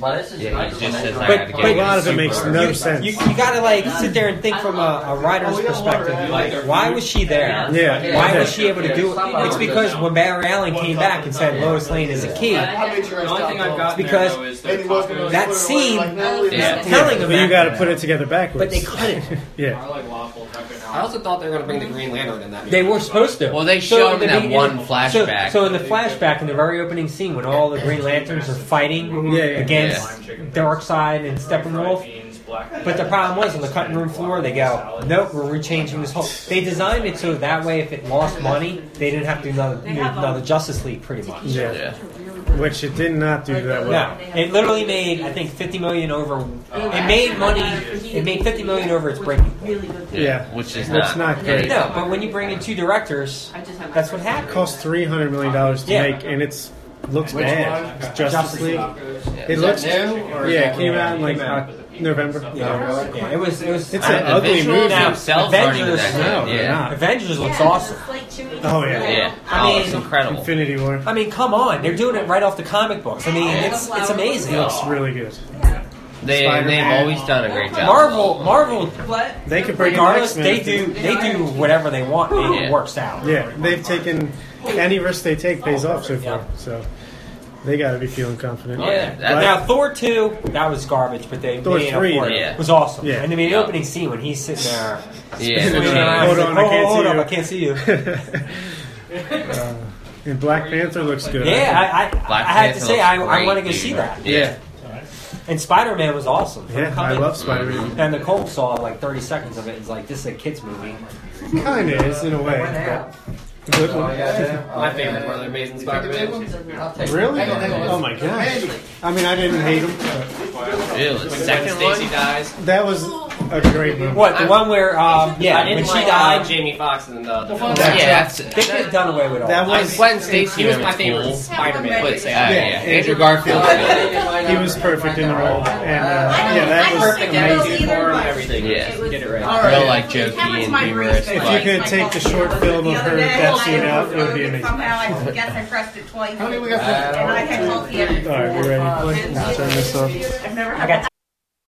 Speaker 9: Yeah, he just says, I
Speaker 4: But-
Speaker 9: have to
Speaker 4: but
Speaker 9: get
Speaker 4: a lot
Speaker 1: of it makes
Speaker 9: super-
Speaker 1: no
Speaker 4: you,
Speaker 1: sense.
Speaker 4: you gotta like sit there and think from a, a writer's perspective. Like, why was she there?
Speaker 1: Yeah.
Speaker 4: Why was she able to do it? It's because when Barry Allen came back and said Lois Lane is a key,
Speaker 8: The only thing I've got
Speaker 4: because
Speaker 8: there, though, is
Speaker 6: Maybe Walker knows
Speaker 4: That
Speaker 6: Twitter,
Speaker 4: scene-
Speaker 6: like, Natalie
Speaker 9: Yeah.
Speaker 6: Portman.
Speaker 4: telling him
Speaker 1: But you
Speaker 4: that,
Speaker 1: got to put it together backwards.
Speaker 4: but they cut it.
Speaker 1: Yeah.
Speaker 8: I also thought they were going to bring the Green Lantern in that. Movie.
Speaker 4: They were supposed to.
Speaker 9: Well, they
Speaker 4: So
Speaker 9: show
Speaker 4: in
Speaker 9: him
Speaker 4: the
Speaker 9: that
Speaker 4: beginning-
Speaker 9: one flashback.
Speaker 4: So, so in the flashback, in the very opening scene, when all the Green Lanterns are fighting
Speaker 1: Yeah, yeah,
Speaker 4: against Darkseid and Steppenwolf, but the problem was on the cutting room floor, they go, nope, we're rechanging this whole. They designed it so that way, if it lost money, they didn't have to do another, do another Justice League, pretty much.
Speaker 1: yeah,
Speaker 9: yeah.
Speaker 1: Which it did not do that well.
Speaker 4: No, it literally made I think fifty million over. It made money. It made fifty million over its breaking point.
Speaker 7: Really good.
Speaker 9: yeah,
Speaker 1: Yeah.
Speaker 9: which is
Speaker 1: That's not great.
Speaker 4: No, but when you bring in two directors,
Speaker 7: I just have.
Speaker 4: that's what happened.
Speaker 1: It cost three hundred million dollars to
Speaker 4: Yeah.
Speaker 1: make, and it's looks
Speaker 6: Which
Speaker 1: bad.
Speaker 6: one?
Speaker 1: Justice League. It
Speaker 9: Is
Speaker 1: looks.
Speaker 6: new, or is
Speaker 1: Yeah,
Speaker 6: that
Speaker 1: it came out in like
Speaker 4: Came out.
Speaker 1: Oc- November.
Speaker 4: Yeah, yeah, it was. It was.
Speaker 1: It's
Speaker 9: I-
Speaker 1: an ugly
Speaker 9: Uh, Avengers
Speaker 1: movie.
Speaker 9: themselves aren't even that good,
Speaker 1: No, they're
Speaker 9: yeah.
Speaker 1: not.
Speaker 4: Avengers looks awesome.
Speaker 1: Oh, yeah.
Speaker 9: Yeah.
Speaker 4: I
Speaker 9: oh,
Speaker 4: mean-
Speaker 9: it's incredible.
Speaker 1: Infinity War.
Speaker 4: I mean, come on, they're doing it right off the comic books. I mean, it's it's amazing.
Speaker 1: It's really good.
Speaker 9: They, they've
Speaker 1: Spider-Man.
Speaker 9: always done a great job.
Speaker 4: Marvel, Marvel,
Speaker 7: What?
Speaker 1: They could bring in
Speaker 4: regardless,
Speaker 1: X-Men.
Speaker 4: they do they do whatever they want. and It
Speaker 9: Yeah.
Speaker 4: works out.
Speaker 1: Yeah, they've taken any risk they take pays off so far.
Speaker 4: Yeah.
Speaker 1: So they got to be feeling confident.
Speaker 9: Oh, yeah. That-
Speaker 1: Right?
Speaker 4: Uh, Now Thor two, that was garbage, but they
Speaker 1: Thor
Speaker 4: made up
Speaker 1: three,
Speaker 4: for it.
Speaker 9: yeah.
Speaker 4: was awesome.
Speaker 1: Yeah.
Speaker 4: And I mean, the
Speaker 9: Yeah.
Speaker 4: opening scene when he's sitting there,
Speaker 9: Yeah.
Speaker 4: swinging around,
Speaker 1: Hold
Speaker 4: he's
Speaker 1: on,
Speaker 4: like,
Speaker 1: I can't
Speaker 4: "Oh, hold
Speaker 1: see
Speaker 4: up,
Speaker 1: you."
Speaker 4: I can't see you.
Speaker 1: Uh, and Black Panther looks good.
Speaker 4: Yeah, I, I, I
Speaker 9: Black
Speaker 4: had to
Speaker 9: Panther
Speaker 4: say
Speaker 9: looks
Speaker 4: I, I
Speaker 9: great,
Speaker 4: want to go
Speaker 9: dude.
Speaker 4: see that.
Speaker 9: Yeah.
Speaker 4: And Spider Man was awesome.
Speaker 1: yeah, I love Spider Man.
Speaker 4: And Nicole saw like 30 seconds of it. It's like this is a kids movie.
Speaker 1: Kind of is in a way. but- Good
Speaker 6: Oh,
Speaker 1: one.
Speaker 8: My favorite part of the Amazing Spider-Man.
Speaker 1: Really? Oh my gosh. I mean, I didn't hate him.
Speaker 9: Ew,
Speaker 8: Second
Speaker 9: the second
Speaker 8: Stacy
Speaker 9: one.
Speaker 8: dies.
Speaker 1: That was a great movie.
Speaker 4: What the one where um, yeah
Speaker 8: I
Speaker 4: when
Speaker 8: didn't
Speaker 4: she
Speaker 8: like
Speaker 4: died,
Speaker 8: Jamie Foxx and the.
Speaker 9: Yeah, that's
Speaker 4: they could have done away with all.
Speaker 1: That
Speaker 4: That
Speaker 1: was-
Speaker 9: I Gwen Stacy
Speaker 8: He was my
Speaker 9: was
Speaker 8: favorite
Speaker 9: cool.
Speaker 8: Spider-Man.
Speaker 9: But, uh,
Speaker 8: yeah.
Speaker 9: yeah, Andrew Garfield.
Speaker 1: He was perfect in the role. And uh, yeah, that was
Speaker 8: Perfect
Speaker 1: amazing.
Speaker 8: amazing form and everything.
Speaker 9: Yeah.
Speaker 8: Get it right.
Speaker 9: Real like jokey and humorous.
Speaker 1: If you
Speaker 9: like-
Speaker 1: could take the short film of her death scene out, it would be amazing. All
Speaker 10: Somehow I guess I pressed it twice.
Speaker 6: How many we got?
Speaker 10: And I had called the other.
Speaker 1: right, we ready? to play? Turn this off.
Speaker 10: I've never
Speaker 4: I
Speaker 10: had
Speaker 4: got